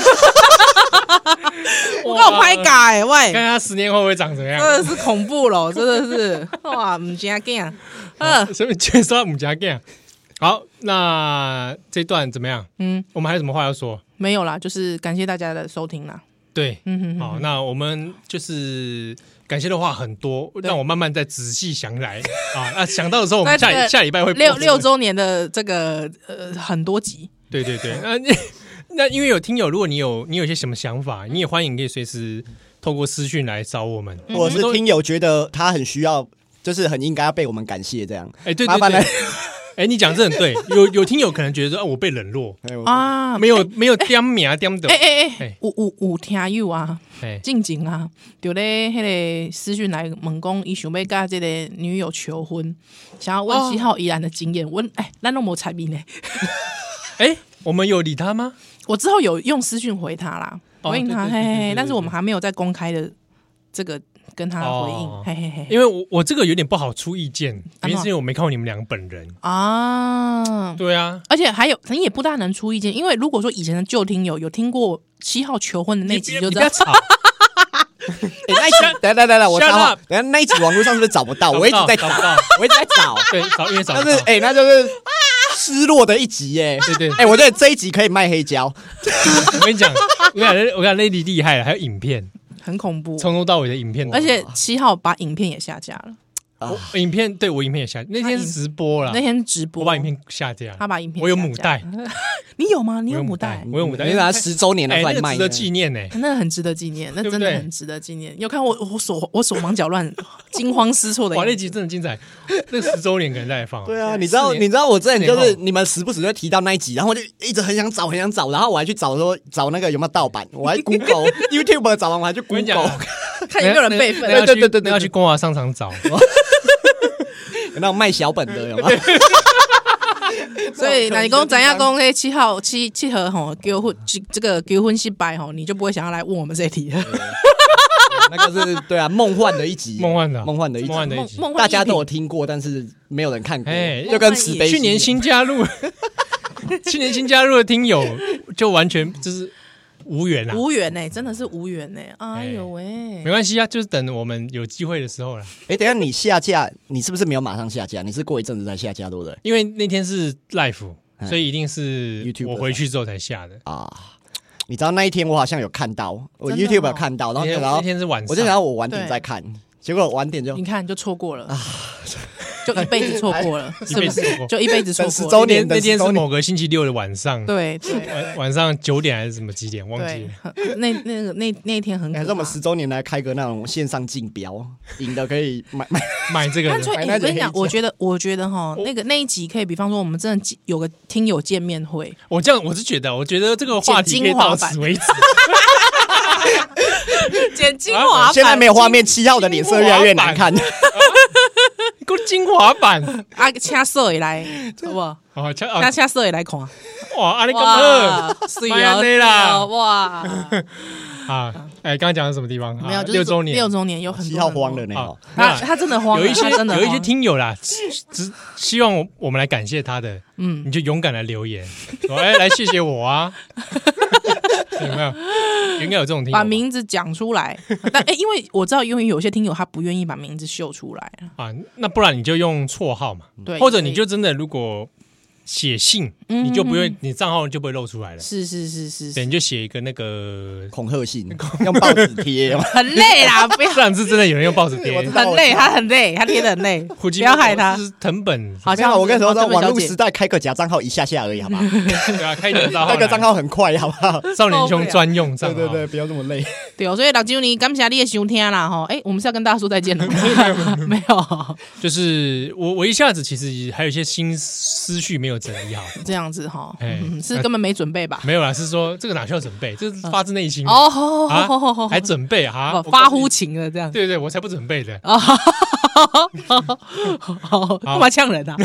[SPEAKER 2] 我告拍嘎哎，呃喂
[SPEAKER 1] 看，他十年后会长怎样
[SPEAKER 2] 真？的是恐怖咯，真的是哇，唔啊加劲，嗯
[SPEAKER 1] 所以介绍母家 g 好，那这段怎么样？
[SPEAKER 2] 嗯，
[SPEAKER 1] 我们还有什么话要说？
[SPEAKER 2] 没有啦，就是感谢大家的收听啦，
[SPEAKER 1] 对，
[SPEAKER 2] 嗯哼哼
[SPEAKER 1] 好，那我们就是感谢的话很多，让我慢慢再仔细想来啊。那想到的时候，我们
[SPEAKER 2] 那这
[SPEAKER 1] 下
[SPEAKER 2] 个
[SPEAKER 1] 一下礼拜会播
[SPEAKER 2] 六
[SPEAKER 1] 出
[SPEAKER 2] 六。周年的这个呃很多集，
[SPEAKER 1] 对对对， 那那因为有听友，如果你有你有些什么想法，你也欢迎可以随时透过私讯来找我们。
[SPEAKER 3] 嗯我是听友觉得他很需要，就是很应该要被我们感谢这样。
[SPEAKER 1] 哎，对
[SPEAKER 3] 麻
[SPEAKER 1] 对
[SPEAKER 3] 烦来
[SPEAKER 1] 对，哎，你讲得这很对，有有听友可能觉得说，啊我被冷落，
[SPEAKER 3] 哎我
[SPEAKER 2] 啊，
[SPEAKER 1] 没有没有点名点的
[SPEAKER 2] 哎，哎哎
[SPEAKER 1] 嗯哎，
[SPEAKER 2] 有有有听友啊，
[SPEAKER 1] 哎，
[SPEAKER 2] 静静啊，就咧迄个私讯来问讲，伊想要甲即个女友求婚，想要问七号依然的经验，问哎，咱拢无彩面呢，
[SPEAKER 1] 哎，我们有理他吗？
[SPEAKER 2] 我之后有用私讯回他啦，
[SPEAKER 1] 哦
[SPEAKER 2] 回应他，
[SPEAKER 1] 对
[SPEAKER 2] 嘿
[SPEAKER 1] 对对
[SPEAKER 2] 嘿
[SPEAKER 1] 对对
[SPEAKER 2] 嘿，
[SPEAKER 1] 对
[SPEAKER 2] 但是我们还没有在公开的这个跟他回应
[SPEAKER 1] 哦，
[SPEAKER 2] 嘿嘿嘿，
[SPEAKER 1] 因为我我这个有点不好出意见，
[SPEAKER 2] 啊
[SPEAKER 1] 原因是因为我没看过你们两个本人。
[SPEAKER 2] 啊。
[SPEAKER 1] 对啊，
[SPEAKER 2] 而且还有，你也不大能出意见，因为如果说以前的旧听友有听过七号求婚的那
[SPEAKER 1] 你
[SPEAKER 2] 集，
[SPEAKER 1] 别
[SPEAKER 2] 就
[SPEAKER 1] 你不
[SPEAKER 2] 知道
[SPEAKER 1] 要吵，
[SPEAKER 3] 哎那一集，等一下等一下等一下，我
[SPEAKER 1] Shut
[SPEAKER 3] 插话
[SPEAKER 1] up，
[SPEAKER 3] 等一下那一集网络上是不是找不 到？
[SPEAKER 1] 找不到
[SPEAKER 3] 我一直在
[SPEAKER 1] 找不到，
[SPEAKER 3] 我一直在 找，
[SPEAKER 1] 对，找因为找
[SPEAKER 3] 但
[SPEAKER 1] 不
[SPEAKER 3] 是
[SPEAKER 1] 到。
[SPEAKER 3] 哎，那就是失落的一集耶。
[SPEAKER 1] 对对，
[SPEAKER 3] 哎，我觉得这一集可以卖黑胶，
[SPEAKER 1] 我跟你讲，我感觉我感觉 Lady 厉害了，还有影片，
[SPEAKER 2] 很恐怖。
[SPEAKER 1] 从头到尾的影片，
[SPEAKER 2] 而且七号把影片也下架了，
[SPEAKER 1] 我影片对我影片也下，那天是直播啦
[SPEAKER 2] 那，天直播
[SPEAKER 1] 我把影片下架，
[SPEAKER 2] 他把影片
[SPEAKER 1] 我有
[SPEAKER 2] 下架
[SPEAKER 1] 母带，
[SPEAKER 2] 你有吗？你
[SPEAKER 1] 我
[SPEAKER 2] 有
[SPEAKER 1] 有
[SPEAKER 2] 母
[SPEAKER 1] 母
[SPEAKER 2] 带
[SPEAKER 1] 带，我有母带，
[SPEAKER 3] 你拿十周年拿
[SPEAKER 1] 哎，
[SPEAKER 3] 出
[SPEAKER 1] 那
[SPEAKER 3] 来
[SPEAKER 1] 个
[SPEAKER 3] 卖
[SPEAKER 1] 值得纪念呢。
[SPEAKER 2] 那很值得纪念，那
[SPEAKER 1] 对不
[SPEAKER 2] 真
[SPEAKER 1] 对
[SPEAKER 2] 的很值得纪念。你有看我我手我手忙脚乱、 惊慌失措的
[SPEAKER 1] 哇，那
[SPEAKER 2] 样子，
[SPEAKER 1] 集真的精彩，那十周年可能再放。
[SPEAKER 3] 对啊，你知
[SPEAKER 1] 哎
[SPEAKER 3] 道，
[SPEAKER 1] 四年
[SPEAKER 3] 你知道我之前就
[SPEAKER 1] 四
[SPEAKER 3] 是
[SPEAKER 1] 年
[SPEAKER 3] 你们时不时就会提到那一集，然后我就一直很想找，很想找，然后我还去找说找那个有没有盗版，我 还 Google YouTube 找完，我还去
[SPEAKER 1] 我跟你讲啊
[SPEAKER 3] Google
[SPEAKER 2] 看有没有人备份啊
[SPEAKER 1] 那。要
[SPEAKER 3] 对
[SPEAKER 1] 去
[SPEAKER 3] 对对对
[SPEAKER 1] 那要去光华商场 找。
[SPEAKER 3] 有那种卖小本的有吗？
[SPEAKER 2] 所以那你公咱亚公那七号七七合吼结婚这这个结婚失败吼，你就不会想要来问我们这一 题了。
[SPEAKER 3] 那个是对啊，梦幻的一集，
[SPEAKER 1] 梦幻的啊
[SPEAKER 3] 梦幻的一集
[SPEAKER 1] 梦，幻的一
[SPEAKER 2] 梦
[SPEAKER 1] 集。
[SPEAKER 2] 梦幻
[SPEAKER 3] 大家
[SPEAKER 2] 一品
[SPEAKER 3] 都有听过，但是没有人看过
[SPEAKER 1] 哎，
[SPEAKER 3] 就跟慈悲
[SPEAKER 1] 去年
[SPEAKER 3] 心
[SPEAKER 1] 新加入， 去年新加入的听友就完全就是无缘啦，
[SPEAKER 2] 无缘呢、真的是无缘呢、哎呦喂、
[SPEAKER 1] 没关系啊，就是等我们有机会的时候啦。
[SPEAKER 3] 哎，等一下你下架，你是不是没有马上下架？你是过一阵子才下架，对不对？
[SPEAKER 1] 因为那天是 live，所以一定是
[SPEAKER 3] 哎 YouTube
[SPEAKER 1] 我回去之后才下的。
[SPEAKER 3] 啊，你知道那一天我好像有看到，我
[SPEAKER 2] 真的哦
[SPEAKER 3] YouTube 有看到，然
[SPEAKER 1] 那
[SPEAKER 3] 后
[SPEAKER 1] 天
[SPEAKER 3] 然后
[SPEAKER 1] 那天是晚上，
[SPEAKER 3] 我就想要我晚点
[SPEAKER 2] 对
[SPEAKER 3] 再看，结果晚点就
[SPEAKER 2] 你看就错过了。就一辈子错过 了，是
[SPEAKER 1] 辈
[SPEAKER 2] 不
[SPEAKER 1] 子错过
[SPEAKER 2] 是？就一辈子错
[SPEAKER 3] 等十
[SPEAKER 2] 过
[SPEAKER 3] 周
[SPEAKER 1] 那
[SPEAKER 2] 了。
[SPEAKER 1] 天
[SPEAKER 3] 年
[SPEAKER 1] 那天
[SPEAKER 3] 等十周
[SPEAKER 1] 是
[SPEAKER 3] 年
[SPEAKER 1] 某个星期六的晚上，
[SPEAKER 2] 对对
[SPEAKER 1] 晚晚上九点还是什么几点忘记
[SPEAKER 2] 对
[SPEAKER 1] 了。，
[SPEAKER 2] 很那那个那那一天很可
[SPEAKER 3] 还是
[SPEAKER 2] 怕
[SPEAKER 3] 我哎们。十周年来开个那种线上竞 标，赢的可以买买。
[SPEAKER 1] 买这个
[SPEAKER 2] 干
[SPEAKER 1] 的
[SPEAKER 2] 脆，哎我
[SPEAKER 3] 买那间
[SPEAKER 2] 跟你讲，
[SPEAKER 3] 黑胶
[SPEAKER 2] 我觉得，我觉得
[SPEAKER 1] 哦
[SPEAKER 2] 哈，那个那一集可以，比方说，我们真的有个听友见 面会，
[SPEAKER 1] 我这样我是觉得，我觉得这个话题可以
[SPEAKER 2] 剪精华
[SPEAKER 1] 到
[SPEAKER 2] 版
[SPEAKER 1] 此为止。
[SPEAKER 2] 剪精
[SPEAKER 1] 华
[SPEAKER 3] 啊现在没有画面，七号的脸色越来越难看。
[SPEAKER 1] 你给我精华版
[SPEAKER 2] 啊，掐色也 来，好不好？
[SPEAKER 1] 哦，这
[SPEAKER 2] 那
[SPEAKER 1] 啊
[SPEAKER 2] 掐色也来看。
[SPEAKER 1] 哇，阿里干
[SPEAKER 2] 是啊
[SPEAKER 1] 妈呀累啦
[SPEAKER 2] 哇，
[SPEAKER 1] 啊！哎，刚刚讲到什么地方？啊
[SPEAKER 2] 没有，就是
[SPEAKER 1] 六周年，
[SPEAKER 2] 六周年有很
[SPEAKER 3] 七
[SPEAKER 2] 多
[SPEAKER 3] 号
[SPEAKER 2] 人
[SPEAKER 3] 慌了呢，
[SPEAKER 1] 啊
[SPEAKER 3] 哦
[SPEAKER 2] 他他真的慌了，
[SPEAKER 1] 有一些
[SPEAKER 2] 他真的哦
[SPEAKER 1] 有一些
[SPEAKER 2] 慌
[SPEAKER 1] 听友啦，只只希望我我们来感谢他的，嗯，你就勇敢来留言，说哎来谢谢我啊， 有没有？应该有这种听友吧
[SPEAKER 2] 把名字讲出 来，但哎、因为我知道，因为有些听友他不愿意把名字秀出来，
[SPEAKER 1] 啊，那不然你就用绰号嘛，
[SPEAKER 2] 对，
[SPEAKER 1] 或者你就
[SPEAKER 2] 所
[SPEAKER 1] 真的如果写信，
[SPEAKER 2] 嗯
[SPEAKER 1] 你就不会，你账号就不会露出来了
[SPEAKER 2] 以，是是是是
[SPEAKER 1] 对，
[SPEAKER 2] 是
[SPEAKER 1] 你就写一个那个，
[SPEAKER 3] 恐 吓信，用报纸贴。
[SPEAKER 2] 很累 啦，不要
[SPEAKER 1] 上次真的有人用报纸
[SPEAKER 3] 我
[SPEAKER 1] 贴
[SPEAKER 3] 知，道
[SPEAKER 2] 很累，他很累，他贴的很累，
[SPEAKER 1] 户
[SPEAKER 2] 不
[SPEAKER 1] 籍
[SPEAKER 2] 要害他啊
[SPEAKER 1] 这。是藤本，
[SPEAKER 2] 好
[SPEAKER 3] 没有，
[SPEAKER 2] 像哦
[SPEAKER 3] 我跟你说，在
[SPEAKER 2] 这位
[SPEAKER 3] 网
[SPEAKER 2] 小
[SPEAKER 3] 络
[SPEAKER 2] 姐
[SPEAKER 3] 时代开个假账号一下下而 已，好吧？
[SPEAKER 1] 对啊，开一个账号，
[SPEAKER 3] 那个账号很快，好不好？
[SPEAKER 1] 少年兄专用账
[SPEAKER 3] 对
[SPEAKER 1] 号，
[SPEAKER 3] 对对，不要这么 累。
[SPEAKER 2] 对哦，所以老金你感谢你的收听啦哈，哎、我们是要跟大家说再 见了吗？没有，
[SPEAKER 1] 就是我我一下子其实还有一些新思绪没有整理好，
[SPEAKER 2] 这样子哈、
[SPEAKER 1] 哎
[SPEAKER 2] 嗯，是根本没准备吧？
[SPEAKER 1] 没有啦，是说这个哪需要准备，这是发自内心的
[SPEAKER 2] 哦，好
[SPEAKER 1] 啊
[SPEAKER 2] 好好好，
[SPEAKER 1] 还准备啊
[SPEAKER 2] 哦，发乎情了这样
[SPEAKER 1] 我，对对，我才不准备的，
[SPEAKER 2] 哦，干嘛 呛人啊？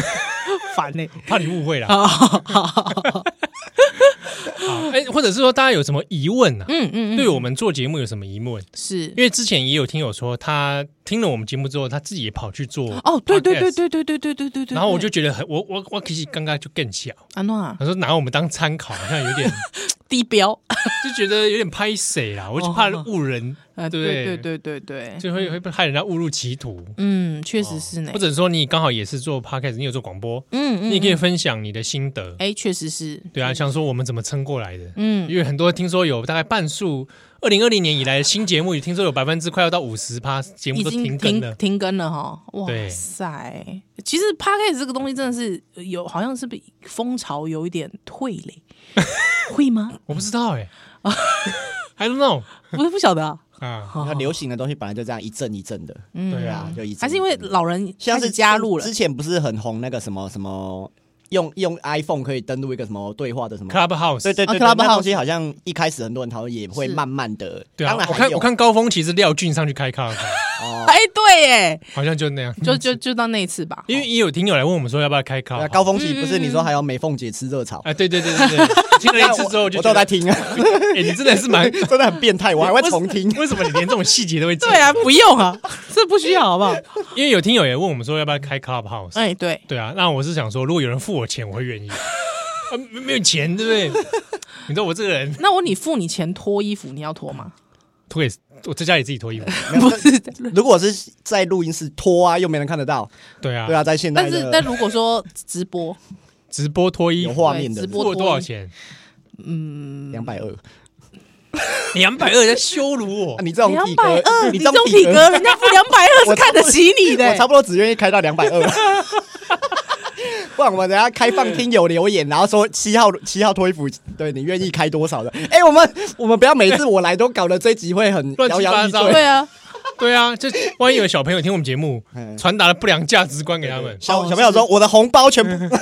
[SPEAKER 2] 烦呢、
[SPEAKER 1] 怕你误会啦。
[SPEAKER 2] 好好好好，
[SPEAKER 1] 好哎，或者是说大家有什么疑问啊？
[SPEAKER 2] 嗯嗯嗯，
[SPEAKER 1] 对我们做节目有什么疑问？
[SPEAKER 2] 是
[SPEAKER 1] 因为之前也有听友说，他听了我们节目之后，他自己也跑去做
[SPEAKER 2] 哦，对对对
[SPEAKER 1] podcast。
[SPEAKER 2] 对对对对对对对。
[SPEAKER 1] 然后我就觉得很，我我我其实刚刚就更小，
[SPEAKER 2] 安诺啊，
[SPEAKER 1] 他说拿我们当参考，好像有 点
[SPEAKER 2] 低标，
[SPEAKER 1] 就觉得有点拍谁啦，我就怕
[SPEAKER 2] 哦
[SPEAKER 1] 误人，
[SPEAKER 2] 呃，
[SPEAKER 1] 对
[SPEAKER 2] 对对对对对，
[SPEAKER 1] 就哦会会害人家误入歧途。
[SPEAKER 2] 嗯，确实是呢
[SPEAKER 1] 或，者说你刚好也是做 podcast，你有做广播，
[SPEAKER 2] 嗯嗯，
[SPEAKER 1] 你也可以分享你的心得。
[SPEAKER 2] 哎，确实是，
[SPEAKER 1] 对啊，想说我们怎么撑过来的？
[SPEAKER 2] 嗯，
[SPEAKER 1] 因为很多听说有大概半数，二零二零年以来的新节目，也听说有百分之快要到五十趴节目
[SPEAKER 2] 已
[SPEAKER 1] 都
[SPEAKER 2] 经
[SPEAKER 1] 停更
[SPEAKER 2] 停
[SPEAKER 1] 了。
[SPEAKER 2] 停更了哈，哇
[SPEAKER 1] 对
[SPEAKER 2] 塞，其实 p a c k a g e 这个东西真的是有，好像是被风潮有一点退 嘞，会吗？
[SPEAKER 1] 我不知 道哎、i don't know
[SPEAKER 2] 我都不晓得啊，
[SPEAKER 1] 啊，
[SPEAKER 3] 那流行的东西本来就这样一阵一阵的，
[SPEAKER 1] 对
[SPEAKER 2] 嗯，
[SPEAKER 1] 啊，
[SPEAKER 3] 就一阵一阵
[SPEAKER 2] 还是因为老人
[SPEAKER 3] 像
[SPEAKER 2] 开
[SPEAKER 3] 是
[SPEAKER 2] 始加入了
[SPEAKER 3] 之，前不是很红那个什么什么，用用 iPhone 可以登录一个什么对话的什么。
[SPEAKER 1] Clubhouse
[SPEAKER 3] 嗯对对对，
[SPEAKER 2] 哦
[SPEAKER 3] 那
[SPEAKER 2] Clubhouse
[SPEAKER 3] 东西好像一开始很多人讨论，也会
[SPEAKER 2] 是
[SPEAKER 3] 慢慢的。
[SPEAKER 1] 对啊，
[SPEAKER 3] 当然
[SPEAKER 1] 我
[SPEAKER 3] 还
[SPEAKER 1] 看
[SPEAKER 3] 有
[SPEAKER 1] 我看高峰其实廖俊上去开 Clubhouse，
[SPEAKER 3] 哦，
[SPEAKER 2] 哎，对，耶，
[SPEAKER 1] 好像就那样，
[SPEAKER 2] 就就就到那一次吧，
[SPEAKER 1] 因为也有听友来问我们说要不要开
[SPEAKER 3] 对啊
[SPEAKER 1] Clubhouse，
[SPEAKER 3] 高峰
[SPEAKER 2] 嗯
[SPEAKER 3] 期不是你说还有美凤姐吃热炒？
[SPEAKER 1] 哎，对对对对对， 听了一次之后就觉
[SPEAKER 3] 我都
[SPEAKER 1] 得
[SPEAKER 3] 在，听啊，
[SPEAKER 1] 哎，你真的是蛮，。
[SPEAKER 3] 真的很变态，我还会重听
[SPEAKER 1] 为什么你连这种细节都会记？
[SPEAKER 2] 对啊，不用啊， 这不需要好不好？
[SPEAKER 1] 因为有听友也问我们说要不要开 Clubhouse，
[SPEAKER 2] 哎，对，
[SPEAKER 1] 对啊，那我是想说，如果有人付我钱，我会愿 意。啊，没没有钱，对不对？你知道我这个人
[SPEAKER 2] 那我你付你钱脱衣服，你要脱吗？
[SPEAKER 1] 脱也是，我在家里自己脱衣服。
[SPEAKER 2] 不是，
[SPEAKER 3] 如果是在录音室拖啊，又没人看得到。
[SPEAKER 1] 对啊，
[SPEAKER 3] 对啊，在现在
[SPEAKER 2] 但是但
[SPEAKER 3] 的
[SPEAKER 2] 如果说直播，
[SPEAKER 1] 直播脱衣
[SPEAKER 3] 有
[SPEAKER 1] 服
[SPEAKER 3] 画面
[SPEAKER 2] 对直
[SPEAKER 3] 的
[SPEAKER 2] 播
[SPEAKER 1] 付了多少钱？
[SPEAKER 3] 两百二啊，
[SPEAKER 1] 两百二在羞辱我。
[SPEAKER 3] 你这种体
[SPEAKER 2] 220
[SPEAKER 3] 格，
[SPEAKER 2] 你
[SPEAKER 3] 这
[SPEAKER 2] 这
[SPEAKER 3] 种
[SPEAKER 2] 种
[SPEAKER 3] 体
[SPEAKER 2] 体格，，人家付两百二
[SPEAKER 3] 我
[SPEAKER 2] 是看得起你的
[SPEAKER 3] 我差
[SPEAKER 2] 欸。
[SPEAKER 3] 不多只愿意开到两百二。不然我们等下开放听友留言，然后说七号七号脱衣服，对你愿意开多少的？哎、我们我们不要每次我来都搞得这集会很
[SPEAKER 1] 乱
[SPEAKER 3] 摇
[SPEAKER 1] 七
[SPEAKER 3] 摇
[SPEAKER 1] 八
[SPEAKER 3] 欲
[SPEAKER 1] 糟
[SPEAKER 3] 坠。
[SPEAKER 2] 对啊，
[SPEAKER 1] 对啊，就万一有小朋友听我们节目
[SPEAKER 2] 哎
[SPEAKER 3] 嗯，
[SPEAKER 1] 传达了不良价值观给他们，
[SPEAKER 3] 小小朋友说我的红包全部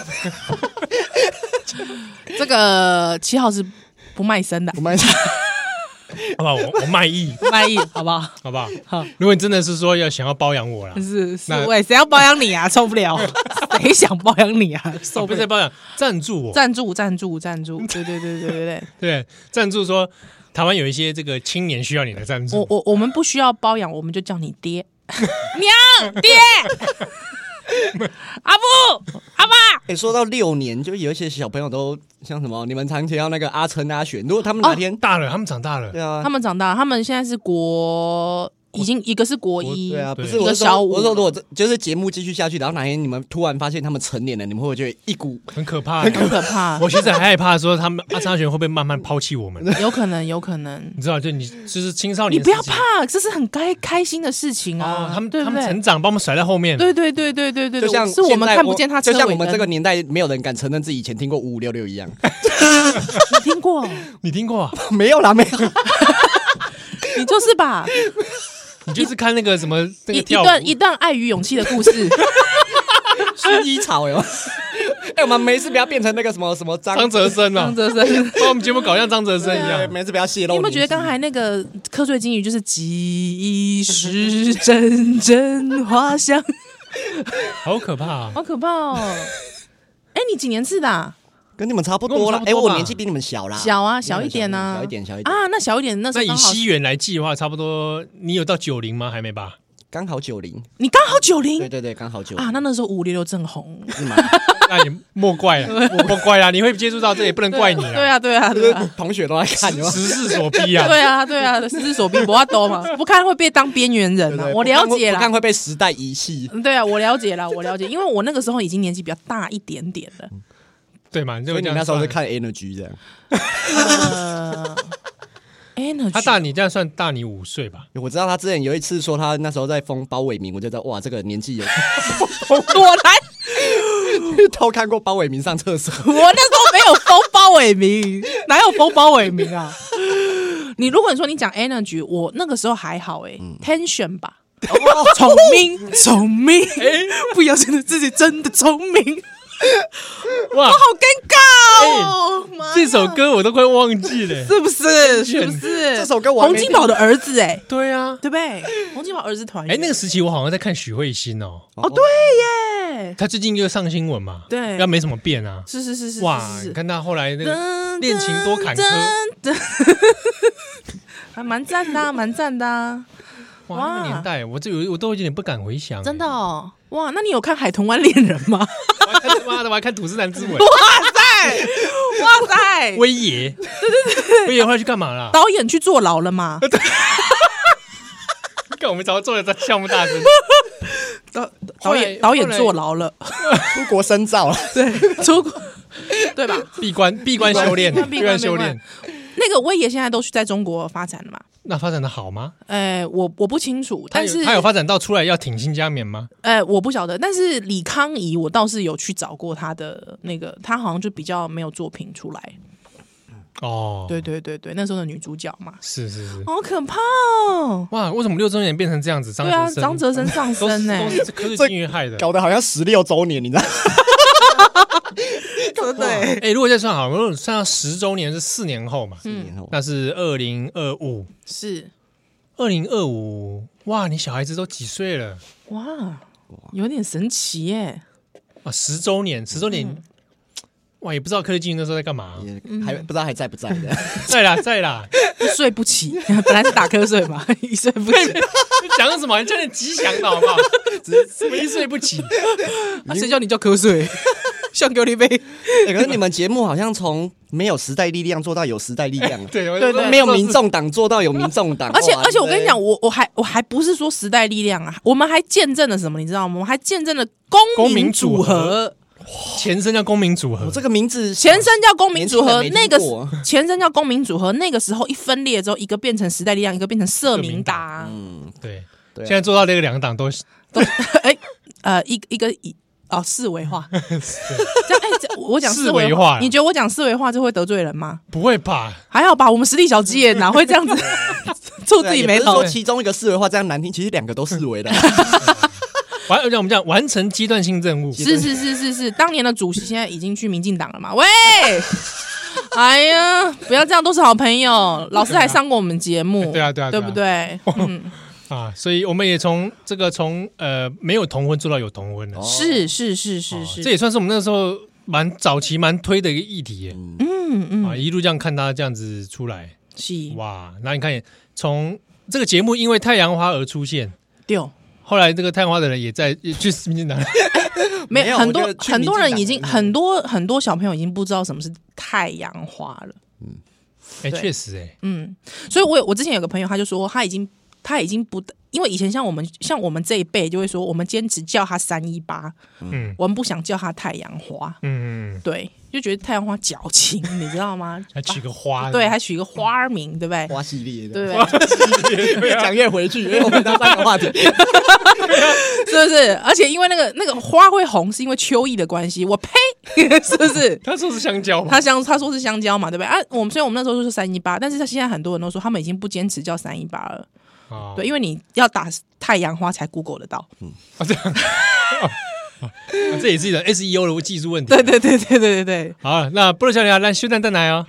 [SPEAKER 2] 这个七号是不卖身的
[SPEAKER 3] ，我 们
[SPEAKER 1] 好不好？我我卖 艺，
[SPEAKER 2] 不卖艺，好不好？
[SPEAKER 1] 好不好
[SPEAKER 2] 哎好？嗯
[SPEAKER 1] 如果你真的是说要想要包养我啦，
[SPEAKER 2] 是是
[SPEAKER 1] 那，
[SPEAKER 2] 喂，谁要包养你啊？受不 了，谁想包养你啊？
[SPEAKER 1] 哦
[SPEAKER 2] 受
[SPEAKER 1] 不
[SPEAKER 2] 不
[SPEAKER 1] 是
[SPEAKER 2] 了。
[SPEAKER 1] 包养，赞助我，
[SPEAKER 2] 赞助赞助赞助，对对对对对对，
[SPEAKER 1] 对，赞助说台湾有一些这个青年需要你来赞
[SPEAKER 2] 我
[SPEAKER 3] 嗯
[SPEAKER 1] 助，
[SPEAKER 2] 我我们不需要包养，我们就叫你爹 娘爹阿布阿爸，
[SPEAKER 3] 哎、说到六年，就有一些小朋友都像什么，你们常提到那个啊阿琛、阿雪，如果他们哪天、
[SPEAKER 1] 哦大了，他们长大了，
[SPEAKER 3] 对啊
[SPEAKER 2] 他，们长大，他们现在是国
[SPEAKER 1] 国
[SPEAKER 2] 已经一个是国一，
[SPEAKER 3] 对啊，不
[SPEAKER 1] 对
[SPEAKER 3] 是我
[SPEAKER 2] 一个
[SPEAKER 3] 是
[SPEAKER 2] 小
[SPEAKER 3] 说，
[SPEAKER 2] 五
[SPEAKER 3] 我是说如果这就是节目继续下去，然后哪天你们突然发现他们成年了，你们会不会觉得一股
[SPEAKER 1] 很可怕欸、
[SPEAKER 2] 很可 怕，
[SPEAKER 1] 我其实很害怕说他们阿沙学会不会慢慢抛弃我们，
[SPEAKER 2] 有可能，有可能。
[SPEAKER 1] 你知道？就你就是青少
[SPEAKER 2] 你
[SPEAKER 1] 年，
[SPEAKER 2] 不要怕，这是很该开心的事情
[SPEAKER 1] 哦
[SPEAKER 2] 啊！，
[SPEAKER 1] 他们
[SPEAKER 2] 对
[SPEAKER 1] 他
[SPEAKER 2] 不
[SPEAKER 1] 们
[SPEAKER 2] 对？
[SPEAKER 1] 成长，把我们甩在后面，
[SPEAKER 2] 对对对对对对，
[SPEAKER 3] 就像
[SPEAKER 2] 是我
[SPEAKER 3] 现
[SPEAKER 2] 们
[SPEAKER 3] 在
[SPEAKER 2] 看不见他车
[SPEAKER 3] 就像
[SPEAKER 2] 尾
[SPEAKER 3] 我们
[SPEAKER 2] 灯
[SPEAKER 3] 这个年代，没有人敢承认自己以前听过五五六六 一样。
[SPEAKER 2] 你听过，
[SPEAKER 1] 你听过啊？
[SPEAKER 3] 没有啦，没有。
[SPEAKER 2] 你就是吧？
[SPEAKER 1] 你就是看那个什么那个
[SPEAKER 2] 一一
[SPEAKER 1] 跳舞，
[SPEAKER 2] 段一段爱与勇气的故事，
[SPEAKER 3] 薰衣草哟。 哎，我们每次不要变成那个什么什么张
[SPEAKER 1] 张哲生啊
[SPEAKER 2] 张，哲生。啊
[SPEAKER 1] 把我们节目搞得像张哲生一
[SPEAKER 3] 对，
[SPEAKER 1] 样。
[SPEAKER 3] 每次不要泄露。
[SPEAKER 2] 你有没有觉得刚？才那个瞌睡金鱼就是几时阵阵花香，
[SPEAKER 1] 好可怕、啊！
[SPEAKER 2] 好可怕哦！ 哎，你几年次的啊？
[SPEAKER 3] 跟你们差不
[SPEAKER 1] 跟我
[SPEAKER 3] 多
[SPEAKER 1] 们
[SPEAKER 3] 啦
[SPEAKER 1] 差。不
[SPEAKER 3] 哎，
[SPEAKER 1] 多吧
[SPEAKER 3] 我年纪比你们小啦。
[SPEAKER 2] 小啊，
[SPEAKER 3] 比你们
[SPEAKER 2] 小一点啊，
[SPEAKER 3] 小一点，小一点。
[SPEAKER 2] 啊，那小一点，那
[SPEAKER 1] 那
[SPEAKER 2] 时候
[SPEAKER 1] 以
[SPEAKER 2] 刚好
[SPEAKER 1] 西元来计的话，差不多你有到九零吗？还没 吧？
[SPEAKER 3] 刚好九零。
[SPEAKER 2] 你刚好九零
[SPEAKER 3] 对对对，刚好九零
[SPEAKER 2] 啊，。那那时候五五六六正红，
[SPEAKER 3] 是吗？
[SPEAKER 1] 那也莫怪了，莫怪啊啦，你会接触到这也不能怪你
[SPEAKER 2] 对
[SPEAKER 1] 啊，
[SPEAKER 2] 啊，对啊，
[SPEAKER 3] 就
[SPEAKER 2] 对
[SPEAKER 3] 是
[SPEAKER 2] 啊。
[SPEAKER 3] 同学都在看，有没有
[SPEAKER 1] 时势所逼啊。
[SPEAKER 2] 对啊，对啊，失之所必，不要多嘛，不看会被当边缘人
[SPEAKER 3] 对
[SPEAKER 2] 啊
[SPEAKER 3] 对。
[SPEAKER 2] 我了
[SPEAKER 3] 不看
[SPEAKER 2] 解
[SPEAKER 3] 会不看
[SPEAKER 2] 啦，
[SPEAKER 3] 会被时代遗弃。
[SPEAKER 2] 对啊，我了解啦，我了解，因为我那个时候已经年纪比较大一点点了。
[SPEAKER 1] 对嘛？就
[SPEAKER 3] 所以你
[SPEAKER 1] 这样
[SPEAKER 3] 那时候是
[SPEAKER 1] 算
[SPEAKER 3] 看 Energy 的，
[SPEAKER 2] 呃，energy，
[SPEAKER 1] 他大你这样算大你五岁 吧？
[SPEAKER 3] 哎我知道他之前有一次说他那时候在封包伟明，我就知道哇，这个年纪有
[SPEAKER 2] 果然
[SPEAKER 3] 偷看过包伟明上厕所。
[SPEAKER 2] 我那时候没有封包伟明，哪有封包伟明 啊？你如果你说你讲 energy，我那个时候还好哎、tension 吧，聪 明哎聪哦明，不要觉得自己真的聪明，
[SPEAKER 1] 哇，
[SPEAKER 2] 好尴尬哦，妈呀
[SPEAKER 1] 这首歌我都快忘记了。
[SPEAKER 2] 是不是？是不是？
[SPEAKER 3] 这首歌我还
[SPEAKER 2] 洪
[SPEAKER 3] 没
[SPEAKER 2] 金宝的儿子哎、
[SPEAKER 1] 对啊，
[SPEAKER 2] 对不对？洪金宝儿子团
[SPEAKER 1] 哎
[SPEAKER 2] 圆，，
[SPEAKER 1] 那个时期我好像在看许慧欣哦，
[SPEAKER 2] 哦，对耶，
[SPEAKER 1] 她最近又上新闻嘛，
[SPEAKER 2] 对
[SPEAKER 1] 要没什么变啊。
[SPEAKER 2] 是是是是
[SPEAKER 1] 哇，
[SPEAKER 2] 是
[SPEAKER 1] 你
[SPEAKER 2] 是。
[SPEAKER 1] 看她后来那个恋情多坎坷
[SPEAKER 2] 坷， 还蛮赞的啊、蛮赞的啊、
[SPEAKER 1] 哇，那个年代，我这有我都有点不敢回想。
[SPEAKER 2] 真的哦，哇！那你有看《海豚湾恋人》 吗？
[SPEAKER 1] 我还看，妈的，我还看《土司男之 吻》，
[SPEAKER 2] 哇塞，哇塞，
[SPEAKER 1] 威爷，对对对，威爷后来去干嘛啦？
[SPEAKER 2] 导演去坐牢 了吗？
[SPEAKER 1] 看我们早上做了这项目大师，
[SPEAKER 2] 导
[SPEAKER 1] 后
[SPEAKER 2] 导
[SPEAKER 1] 来
[SPEAKER 2] 演导演
[SPEAKER 1] 后来
[SPEAKER 2] 坐牢了，
[SPEAKER 3] 出国深造了，
[SPEAKER 2] 对，出国对吧？
[SPEAKER 1] 闭 关闭关修炼，
[SPEAKER 2] 闭关
[SPEAKER 1] 修炼。。
[SPEAKER 2] 那个威爷现在都是在中国发展了嘛？
[SPEAKER 1] 那发展的好吗？
[SPEAKER 2] 哎，我我不清楚，
[SPEAKER 1] 他
[SPEAKER 2] 但
[SPEAKER 1] 有
[SPEAKER 2] 是
[SPEAKER 1] 他有发展到出来要挺新加冕吗？
[SPEAKER 2] 哎，我不晓得。但是李康怡，我倒是有去找过他的那个，他好像就比较没有作品出来。
[SPEAKER 1] 哦，
[SPEAKER 2] 对，对对对，那时候的女主角嘛，
[SPEAKER 1] 是是是。
[SPEAKER 2] 好可怕哦！
[SPEAKER 1] 哇，为什么六周年变成这样子？张
[SPEAKER 2] 对啊，
[SPEAKER 1] 哲生，
[SPEAKER 2] 张哲生上
[SPEAKER 1] 都是
[SPEAKER 2] 身呢、
[SPEAKER 1] 都是科技金鱼害的。
[SPEAKER 3] 搞得好像十六周年，你知道吗？
[SPEAKER 2] 真的欸、
[SPEAKER 1] 哎，如果再算好，如果算到十周年是四年后嘛，
[SPEAKER 3] 嗯，
[SPEAKER 1] 那是二零二五，
[SPEAKER 2] 是
[SPEAKER 1] 二零二五。哇，你小孩子都几岁了
[SPEAKER 2] 哇，有点神奇耶、
[SPEAKER 1] 啊？十周年，十周
[SPEAKER 2] 嗯
[SPEAKER 1] 年。哇，也不知道科技金鱼那时候在干嘛。啊
[SPEAKER 3] 也还
[SPEAKER 2] 嗯
[SPEAKER 3] 不知道还在不 在的。
[SPEAKER 1] 在啦，在啦，
[SPEAKER 2] 一睡不起， 本来是打瞌睡嘛， 一睡不起，
[SPEAKER 1] 讲什么？你讲点吉祥的好不 好？什么一岁不起？
[SPEAKER 2] 啊谁叫你叫瞌睡？ 像给你杯，
[SPEAKER 3] 欸可是你们节目好像从没有时代力量做到有时代力量了，
[SPEAKER 1] 对
[SPEAKER 2] 对对
[SPEAKER 3] 没有民众党做到有民众党。
[SPEAKER 2] 而且
[SPEAKER 3] 哇
[SPEAKER 2] 而且我跟你讲，，我我还我还不是说时代力量啊，我们还见证了什么？你知道吗？我们还见证了公
[SPEAKER 1] 公民
[SPEAKER 2] 民组
[SPEAKER 1] 组
[SPEAKER 2] 合，
[SPEAKER 1] 前身叫公民组合
[SPEAKER 3] 我，这个名字
[SPEAKER 2] 前身叫公民组合，
[SPEAKER 3] 年轻人没
[SPEAKER 2] 那个
[SPEAKER 3] 听过
[SPEAKER 2] 前身叫公民组合，那个时候一分裂之后，一个变成时代力量，一个变成社民党，
[SPEAKER 1] 对，
[SPEAKER 3] 对啊
[SPEAKER 1] 现在做到这个两党都是
[SPEAKER 2] 哎、呃，一一个一哦，四维 化，这样哎、这我讲四
[SPEAKER 1] 四维
[SPEAKER 2] 维
[SPEAKER 1] 化
[SPEAKER 2] 你觉得我讲四维化就会得罪人吗？
[SPEAKER 1] 不会吧？
[SPEAKER 2] 还好吧，我们实力小鸡耶，哪会这 样子触
[SPEAKER 3] 对啊
[SPEAKER 2] 自己
[SPEAKER 3] 也
[SPEAKER 2] 眉
[SPEAKER 3] 不是
[SPEAKER 2] 头
[SPEAKER 3] 说？其中一个四维化这样难听，其实两个都四维的。
[SPEAKER 1] 完，而且我们讲完成阶段性任务，
[SPEAKER 2] 是是是是是，当年的主席现在已经去民进党了 嘛？喂，哎呀，不要这样，都是好朋友。老师还上过我们节
[SPEAKER 3] 哎
[SPEAKER 2] 目，
[SPEAKER 1] 对啊对啊对啊
[SPEAKER 2] 对不对？嗯，
[SPEAKER 1] 啊，所以我们也从这个从呃没有同婚做到有同婚了，
[SPEAKER 2] 是是是是
[SPEAKER 1] 啊
[SPEAKER 2] 是，
[SPEAKER 3] 哦
[SPEAKER 1] 这也算是我们那时候蛮早期蛮推的一个议题耶
[SPEAKER 2] 嗯嗯
[SPEAKER 1] 啊，一路这样看他这样子出来，
[SPEAKER 2] 是
[SPEAKER 1] 哇，那你看从这个节目因为太阳花而出现。
[SPEAKER 2] 丢。
[SPEAKER 1] 后来这个太阳花的人也在也去民进党，
[SPEAKER 2] 没
[SPEAKER 3] 没有
[SPEAKER 2] 很
[SPEAKER 3] 我
[SPEAKER 2] 多
[SPEAKER 3] 觉得去
[SPEAKER 2] 很多人
[SPEAKER 3] 民进党
[SPEAKER 2] 已经
[SPEAKER 3] 的
[SPEAKER 2] 很多很多小朋友已经不知道什么是太阳花了，
[SPEAKER 1] 哎，
[SPEAKER 2] 对
[SPEAKER 1] 确实哎，
[SPEAKER 2] 嗯，所以我有我之前有个朋友，他就说他已经他已经不，因为以前像我们像我们这一辈就会说，我们坚持叫他三一八，
[SPEAKER 1] 嗯
[SPEAKER 2] 我们不想叫他太阳花，
[SPEAKER 1] 嗯，
[SPEAKER 2] 对，就觉得太阳花矫情，你知道吗？
[SPEAKER 1] 还取个花，
[SPEAKER 2] 对，还取一个花儿名，对不对？
[SPEAKER 3] 花系列的，
[SPEAKER 2] 对不对？
[SPEAKER 3] 越讲越回去，因为我们到三个话题，
[SPEAKER 2] 是不是？而且因为那个那个花会红，是因为秋意的关系。我呸， 是不是？
[SPEAKER 1] 他说是香蕉吧？
[SPEAKER 2] 他香他说是香蕉嘛，对不对啊？我们所以我们那时候就是三一八，但是他现在很多人都说他们已经不坚持叫三一八了，
[SPEAKER 1] 啊
[SPEAKER 2] 对，因为你要打太阳花才 Google 得到。
[SPEAKER 1] 啊这样，啊这也是一种 SEO 的技术问题。
[SPEAKER 2] 对对对对对对对，
[SPEAKER 1] 好，那不如讲一下，那修蛋蛋来哦。